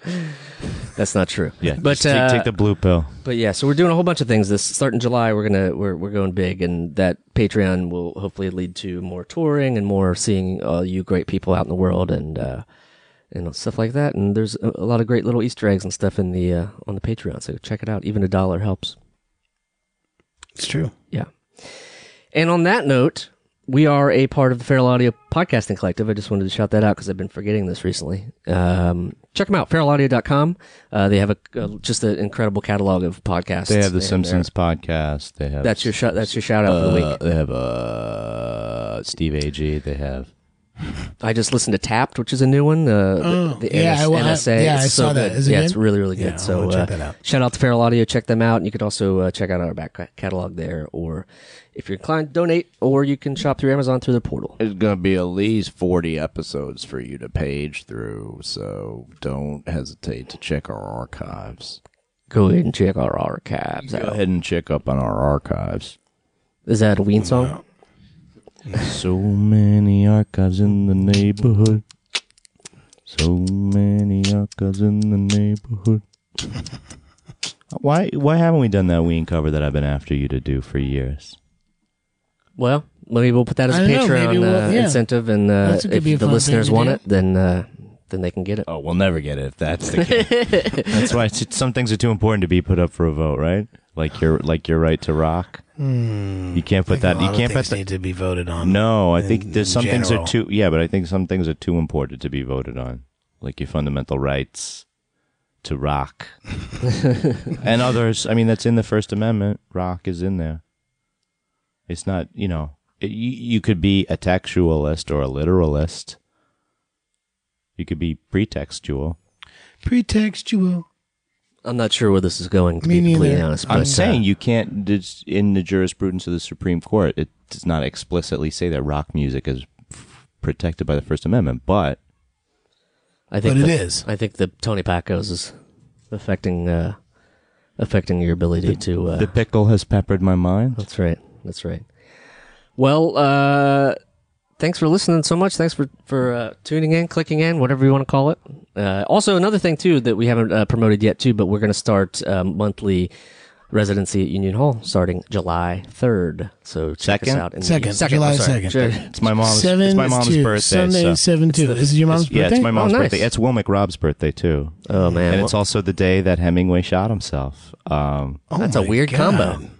[SPEAKER 6] That's not true.
[SPEAKER 5] Yeah,
[SPEAKER 6] but
[SPEAKER 5] just take,
[SPEAKER 6] uh,
[SPEAKER 5] take the blue pill.
[SPEAKER 6] But yeah, so we're doing a whole bunch of things. This starting July, we're gonna we're we're going big, and that Patreon will hopefully lead to more touring and more seeing all you great people out in the world and uh, and stuff like that. And there's a, a lot of great little Easter eggs and stuff in the uh, on the Patreon. So check it out. Even a dollar helps.
[SPEAKER 7] It's true.
[SPEAKER 6] Yeah. And on that note, we are a part of the Feral Audio Podcasting Collective. I just wanted to shout that out because I've been forgetting this recently. Um, check them out, feralaudio.com. Uh, they have a, uh, just an incredible catalog of podcasts.
[SPEAKER 5] They have the
[SPEAKER 6] their-
[SPEAKER 5] Simpsons podcast. They have
[SPEAKER 7] Uh,
[SPEAKER 6] That's your shout. That's your shout out for the
[SPEAKER 5] uh,
[SPEAKER 6] week.
[SPEAKER 5] They have uh, Steve Ag. They have
[SPEAKER 6] I just listened to Tapped, which is a new one. Uh, the-
[SPEAKER 7] Oh,
[SPEAKER 6] the
[SPEAKER 7] yeah,
[SPEAKER 6] NS-
[SPEAKER 7] I- well, I-
[SPEAKER 6] NSA.
[SPEAKER 7] yeah,
[SPEAKER 6] it's
[SPEAKER 7] I
[SPEAKER 6] so
[SPEAKER 7] saw that.
[SPEAKER 6] good.
[SPEAKER 7] Is it
[SPEAKER 6] yeah, it's
[SPEAKER 7] good?
[SPEAKER 6] really really good.
[SPEAKER 7] Yeah, I
[SPEAKER 6] so
[SPEAKER 7] wanna check
[SPEAKER 6] uh,
[SPEAKER 7] that out.
[SPEAKER 6] shout out to Feral Audio. Check them out. And you could also uh, check out our back ca- catalog there, or if you're inclined, donate, or you can shop through Amazon through the portal.
[SPEAKER 1] There's going to be at least 40 episodes for you to page through, so don't hesitate to check our archives.
[SPEAKER 6] Go ahead and check our archives.
[SPEAKER 1] Go
[SPEAKER 6] out.
[SPEAKER 1] ahead and check up on our archives.
[SPEAKER 6] Is that a Ween song?
[SPEAKER 5] So many archives in the neighborhood. So many archives in the neighborhood. Why why haven't we done that Ween cover that I've been after you to do for years?
[SPEAKER 6] Well, maybe we'll put that as
[SPEAKER 7] I
[SPEAKER 6] a
[SPEAKER 7] don't know, maybe
[SPEAKER 6] Patreon
[SPEAKER 7] we'll-
[SPEAKER 6] uh,
[SPEAKER 7] yeah.
[SPEAKER 6] incentive, and uh,
[SPEAKER 7] That's- it could
[SPEAKER 6] if
[SPEAKER 7] be a
[SPEAKER 6] the
[SPEAKER 7] fun
[SPEAKER 6] listeners
[SPEAKER 7] thing to
[SPEAKER 6] want
[SPEAKER 7] do.
[SPEAKER 6] it, then uh, then they can get it.
[SPEAKER 1] Oh, we'll never get it if that's the case.
[SPEAKER 5] That's why it's, some things are too important to be put up for a vote, right? Like your like your right to rock. you can't put that.
[SPEAKER 7] Hmm. A lot
[SPEAKER 5] You
[SPEAKER 7] of
[SPEAKER 5] can't put
[SPEAKER 7] things
[SPEAKER 5] that.
[SPEAKER 7] need to be voted on.
[SPEAKER 5] No, I
[SPEAKER 7] in-
[SPEAKER 5] think there's
[SPEAKER 7] in
[SPEAKER 5] some things are
[SPEAKER 7] general.
[SPEAKER 5] too. Yeah, but I think some things are too important to be voted on, like your fundamental rights to rock and others. I mean, that's in the First Amendment. Rock is in there. It's not, you know, it, you, you could be a textualist or a literalist. You could be pretextual.
[SPEAKER 7] Pretextual.
[SPEAKER 6] I'm not sure where this is going. To
[SPEAKER 7] Me
[SPEAKER 6] be completely
[SPEAKER 7] neither.
[SPEAKER 6] honest, but,
[SPEAKER 5] I'm
[SPEAKER 6] uh,
[SPEAKER 5] saying you can't. it's In the jurisprudence of the Supreme Court, it does not explicitly say that rock music is f- protected by the First Amendment, but
[SPEAKER 6] I think
[SPEAKER 7] But it
[SPEAKER 6] the-
[SPEAKER 7] is.
[SPEAKER 6] I think the Tony Pacos is affecting uh, affecting your ability to. Uh,
[SPEAKER 5] The pickle has peppered my mind.
[SPEAKER 6] that's right. That's right. Well, uh, thanks for listening so much. Thanks for for uh, tuning in, clicking in, whatever you want to call it. Uh, also, another thing too that we haven't uh, promoted yet too, but we're going to start uh, monthly residency at Union Hall starting July third. So check us
[SPEAKER 5] Second?
[SPEAKER 6] out. In the-
[SPEAKER 7] Second, July
[SPEAKER 6] I'm sorry.
[SPEAKER 7] 2nd.
[SPEAKER 6] Sure.
[SPEAKER 5] It's my mom's.
[SPEAKER 7] Seven.
[SPEAKER 5] it's my
[SPEAKER 7] is
[SPEAKER 5] mom's
[SPEAKER 7] two.
[SPEAKER 5] birthday.
[SPEAKER 7] Sunday
[SPEAKER 5] so-
[SPEAKER 7] seven two. is it your mom's birthday?
[SPEAKER 5] Yeah, it's my mom's
[SPEAKER 6] Oh, nice.
[SPEAKER 5] birthday. It's Wilmick Rob's birthday too,
[SPEAKER 6] Oh man,
[SPEAKER 5] and it's also the day that Hemingway shot himself. Um,
[SPEAKER 7] Oh
[SPEAKER 6] that's a
[SPEAKER 7] my
[SPEAKER 6] weird
[SPEAKER 7] God.
[SPEAKER 6] combo.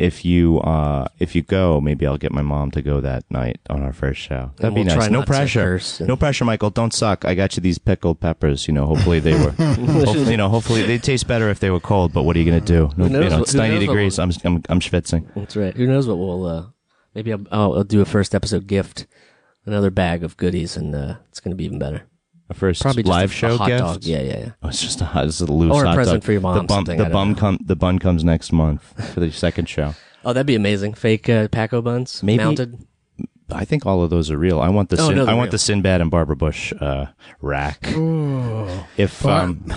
[SPEAKER 5] if you uh, if you go, maybe I'll get my mom to go that night on our first show. That'd be
[SPEAKER 6] we'll try
[SPEAKER 5] nice. No
[SPEAKER 6] not to
[SPEAKER 5] pressure.
[SPEAKER 6] curse and-
[SPEAKER 5] No pressure, Michael. Don't suck. I got you these pickled peppers. You know, hopefully they were. hopefully, you know, hopefully they taste better if they were cold. But what are you gonna do? No,
[SPEAKER 6] knows
[SPEAKER 5] you know,
[SPEAKER 6] what-
[SPEAKER 5] it's
[SPEAKER 6] who
[SPEAKER 5] ninety
[SPEAKER 6] knows what
[SPEAKER 5] degrees. I'm I'm I'm schwitzing.
[SPEAKER 6] That's right. Who knows what we'll uh maybe I'll, I'll, I'll do a first episode gift, another bag of goodies, and uh, it's going to be even better.
[SPEAKER 5] A first
[SPEAKER 6] Probably just
[SPEAKER 5] live
[SPEAKER 6] a,
[SPEAKER 5] show
[SPEAKER 6] a hot
[SPEAKER 5] gift.
[SPEAKER 6] dog. Yeah, yeah, yeah.
[SPEAKER 5] Oh, it's just a, hot- it's a loose
[SPEAKER 6] Or
[SPEAKER 5] hot
[SPEAKER 6] a present
[SPEAKER 5] dog.
[SPEAKER 6] for your mom,
[SPEAKER 5] The bum,
[SPEAKER 6] something, I
[SPEAKER 5] the
[SPEAKER 6] don't
[SPEAKER 5] bum
[SPEAKER 6] know.
[SPEAKER 5] com- the bun comes next month for the second show.
[SPEAKER 6] Oh, that'd be amazing. Fake uh, Paco buns,
[SPEAKER 5] Maybe-
[SPEAKER 6] mounted.
[SPEAKER 5] I think all of those are real. I want the
[SPEAKER 6] Oh,
[SPEAKER 5] Sin-
[SPEAKER 6] no,
[SPEAKER 5] I
[SPEAKER 6] they're
[SPEAKER 5] want the
[SPEAKER 6] real.
[SPEAKER 5] Sinbad and Barbara Bush uh, rack. If
[SPEAKER 7] Bar-
[SPEAKER 5] um,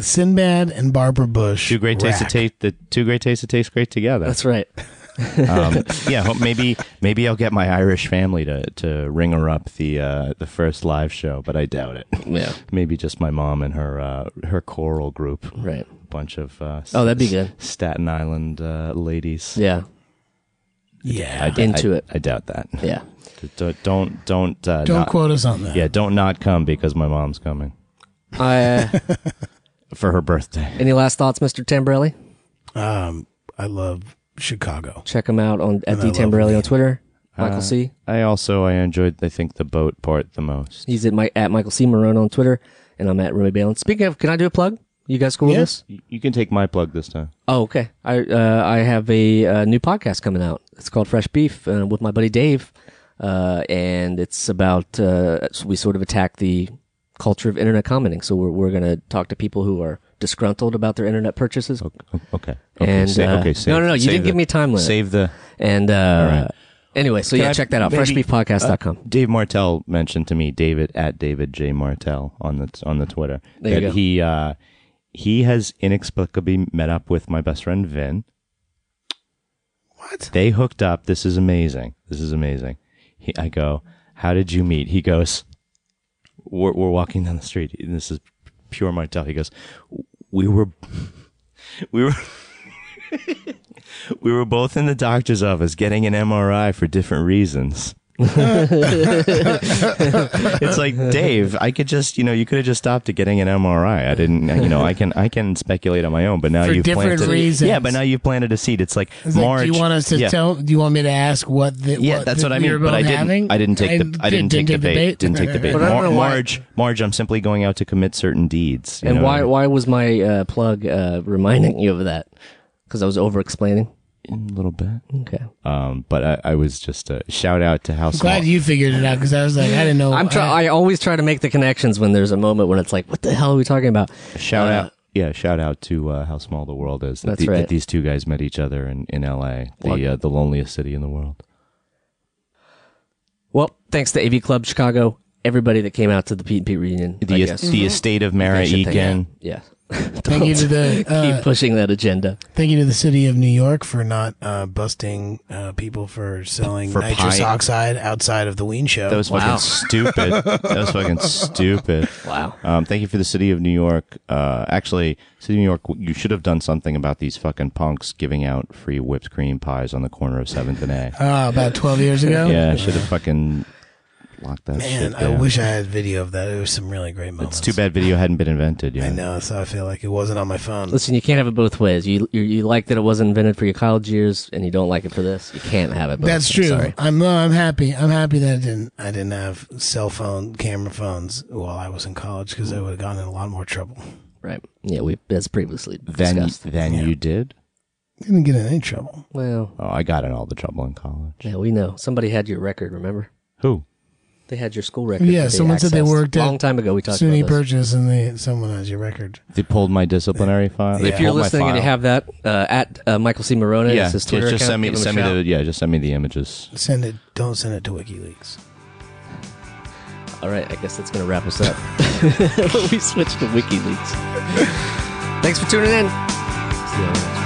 [SPEAKER 7] Sinbad and Barbara Bush.
[SPEAKER 5] two great tastes
[SPEAKER 7] rack.
[SPEAKER 5] that taste the two great tastes that taste great together.
[SPEAKER 6] That's right.
[SPEAKER 5] um, yeah, hope- maybe maybe I'll get my Irish family to to ring her up the uh, the first live show, but I doubt it.
[SPEAKER 6] Yeah,
[SPEAKER 5] maybe just my mom and her uh, her choral group,
[SPEAKER 6] right.
[SPEAKER 5] bunch of uh,
[SPEAKER 6] Oh, that'd be good.
[SPEAKER 5] Staten Island uh, ladies.
[SPEAKER 6] Yeah,
[SPEAKER 7] Yeah.
[SPEAKER 5] I d-
[SPEAKER 6] Into
[SPEAKER 5] I-
[SPEAKER 6] it.
[SPEAKER 5] I doubt that.
[SPEAKER 6] yeah.
[SPEAKER 5] D- Don't don't uh,
[SPEAKER 7] Don't
[SPEAKER 5] not-
[SPEAKER 7] quote us on that.
[SPEAKER 5] Yeah, don't not come because my mom's coming
[SPEAKER 6] I, uh,
[SPEAKER 5] for her birthday.
[SPEAKER 6] any last thoughts, Mister Tamborelli?
[SPEAKER 7] Um, I love Chicago.
[SPEAKER 6] Check him out on at
[SPEAKER 7] And I
[SPEAKER 6] D
[SPEAKER 7] love Uh,
[SPEAKER 6] Tamborelli on Twitter. Michael C.
[SPEAKER 5] I also I enjoyed I think the boat part the most.
[SPEAKER 6] He's at my at Michael C Marone on Twitter, and I'm at Remy Balin. Speaking of, can I do a plug? You guys cool with this?
[SPEAKER 5] Y- You can take my plug this time.
[SPEAKER 6] Oh, okay. I uh, I have a uh, new podcast coming out. It's called Fresh Beef uh, with my buddy Dave, uh, and it's about uh, so we sort of attack the culture of internet commenting. So we're we're gonna talk to people who are disgruntled about their internet purchases,
[SPEAKER 5] O- Okay.
[SPEAKER 6] And,
[SPEAKER 5] sa-
[SPEAKER 6] uh, no, no, no, you
[SPEAKER 5] save
[SPEAKER 6] didn't give me a time limit.
[SPEAKER 5] Save the
[SPEAKER 6] and uh,
[SPEAKER 5] All right.
[SPEAKER 6] anyway, so
[SPEAKER 5] Can
[SPEAKER 6] yeah,
[SPEAKER 5] I
[SPEAKER 6] check that out.
[SPEAKER 5] maybe- uh,
[SPEAKER 6] FreshBeefPodcast.com.
[SPEAKER 5] Dave Martell mentioned to me David at David J Martell on the on the Twitter
[SPEAKER 6] There you
[SPEAKER 5] that
[SPEAKER 6] go.
[SPEAKER 5] he uh, he has inexplicably met up with my best friend Vin.
[SPEAKER 7] What?
[SPEAKER 5] They hooked up. This is amazing. This is amazing. He, I go, how did you meet? He goes, we're, we're walking down the street. And this is pure Martel. He goes, we were, we were, we were both in the doctor's office getting an MRI for different reasons. it's like Dave. I could just, you know, you could have just stopped at getting an MRI. I didn't, you know, I can, I can speculate on my own. But now
[SPEAKER 7] For
[SPEAKER 5] you've
[SPEAKER 7] different
[SPEAKER 5] planted,
[SPEAKER 7] reasons.
[SPEAKER 5] yeah. But now you've planted a seed. It's like
[SPEAKER 7] It's like,
[SPEAKER 5] March.
[SPEAKER 7] do you want us to
[SPEAKER 5] yeah.
[SPEAKER 7] tell? Do you want me to ask what the?
[SPEAKER 5] Yeah,
[SPEAKER 7] what
[SPEAKER 5] that's
[SPEAKER 7] the,
[SPEAKER 5] what I
[SPEAKER 7] we
[SPEAKER 5] mean.
[SPEAKER 7] were
[SPEAKER 5] But I
[SPEAKER 7] both
[SPEAKER 5] didn't.
[SPEAKER 7] having?
[SPEAKER 5] I didn't take the. I didn't take the bait. Didn't take the bait.
[SPEAKER 6] But I don't
[SPEAKER 5] Mar-
[SPEAKER 6] know why-
[SPEAKER 5] Marge, Marge, I'm simply going out to commit certain deeds. you
[SPEAKER 6] And
[SPEAKER 5] know?
[SPEAKER 6] uh, why why was my uh, plug uh, reminding you of that? Because I was over explaining.
[SPEAKER 5] in a little bit.
[SPEAKER 6] Okay.
[SPEAKER 5] Um, but I, I was just a shout out to how small.
[SPEAKER 7] Glad you figured it out because I was like, I didn't
[SPEAKER 5] Oh,
[SPEAKER 7] know. uh,
[SPEAKER 6] I'm try. I always try to make the connections when there's a moment when it's like, what the hell are we talking about?
[SPEAKER 5] shout out, yeah, shout out to uh, how small the world is. That
[SPEAKER 6] That's
[SPEAKER 5] the-
[SPEAKER 6] right.
[SPEAKER 5] That these two guys met each other in in L.A., the uh, the loneliest city in the world.
[SPEAKER 6] Well, thanks to AV Club Chicago, everybody that came out to the Pete and Pete reunion. I
[SPEAKER 5] The
[SPEAKER 6] guess.
[SPEAKER 5] the estate of Mara
[SPEAKER 6] I should take
[SPEAKER 5] Egan.
[SPEAKER 6] that. Yeah.
[SPEAKER 7] Thank you to the uh,
[SPEAKER 6] Keep pushing that agenda.
[SPEAKER 7] Thank you to the city of New York for not uh, busting uh, people for selling
[SPEAKER 5] For
[SPEAKER 7] nitrous
[SPEAKER 5] pie.
[SPEAKER 7] oxide outside of the Ween show.
[SPEAKER 5] That was
[SPEAKER 6] Wow.
[SPEAKER 5] fucking stupid. that was fucking stupid.
[SPEAKER 6] Wow.
[SPEAKER 5] Um, thank you for the city of New York. Uh, actually, city of New York, you should have done something about these fucking punks giving out free whipped cream pies on the corner of Seventh and A.
[SPEAKER 7] Ah, about 12 years ago.
[SPEAKER 5] yeah, I should have fucking locked that shit
[SPEAKER 7] Oh, Man, I
[SPEAKER 5] down.
[SPEAKER 7] wish I had video of that. It was some really great moments.
[SPEAKER 5] it's too bad video hadn't been invented. Yeah,
[SPEAKER 7] I know, so I feel like it wasn't on my phone.
[SPEAKER 6] Listen, you can't have it both ways. You, you you like that it wasn't invented for your college years, and you don't like it for this. You can't have it. Both
[SPEAKER 7] That's
[SPEAKER 6] ways.
[SPEAKER 7] true.
[SPEAKER 6] Sorry.
[SPEAKER 7] I'm no, I'm happy. I'm happy that I didn't. I didn't have cell phone camera phones while I was in college because I would have gotten in a lot more trouble.
[SPEAKER 6] Right. Yeah. We as previously
[SPEAKER 5] Then,
[SPEAKER 6] discussed.
[SPEAKER 5] then you did.
[SPEAKER 7] Didn't get in any trouble.
[SPEAKER 6] Well,
[SPEAKER 5] Oh, I got in all the trouble in college.
[SPEAKER 6] yeah, we know somebody had your record. Remember,
[SPEAKER 5] Who?
[SPEAKER 6] they had your school record.
[SPEAKER 7] Yeah,
[SPEAKER 6] that
[SPEAKER 7] someone said they
[SPEAKER 6] accessed.
[SPEAKER 7] worked at
[SPEAKER 6] long time ago. We talked
[SPEAKER 7] SUNY
[SPEAKER 6] about this.
[SPEAKER 7] purchase and they, someone has your record.
[SPEAKER 5] They pulled my disciplinary file. They
[SPEAKER 6] If you're
[SPEAKER 5] pulled my
[SPEAKER 6] listening and you
[SPEAKER 5] file.
[SPEAKER 6] have that uh, at uh, Michael C. Morona,
[SPEAKER 5] yeah,
[SPEAKER 6] is his
[SPEAKER 5] just,
[SPEAKER 6] Twitter
[SPEAKER 5] just
[SPEAKER 6] account.
[SPEAKER 5] send me
[SPEAKER 6] Give him a
[SPEAKER 5] send me
[SPEAKER 6] shout.
[SPEAKER 5] the yeah, just send me the images.
[SPEAKER 7] Send it. Don't send it to WikiLeaks.
[SPEAKER 6] All right, I guess that's going to wrap us up. we switched to WikiLeaks. Thanks for tuning in. See you on the next one.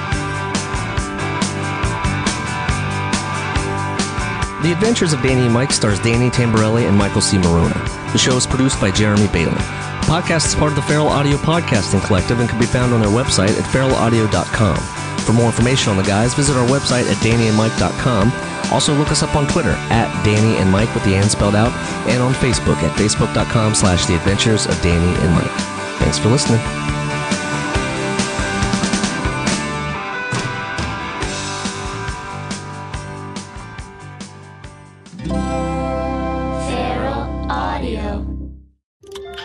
[SPEAKER 6] The Adventures of Danny and Mike stars Danny Tamborelli and Michael C. Marona. The show is produced by Jeremy Balin. The podcast is part of the Feral Audio Podcasting Collective and can be found on their website at feralaudio.com. For more information on the guys, visit our website at dannyandmike.com. Also, look us up on Twitter at Danny and Mike with the and spelled out, and on Facebook at facebook.com slash the adventures of Danny and Mike. Thanks for listening.
[SPEAKER 4] Feral Audio.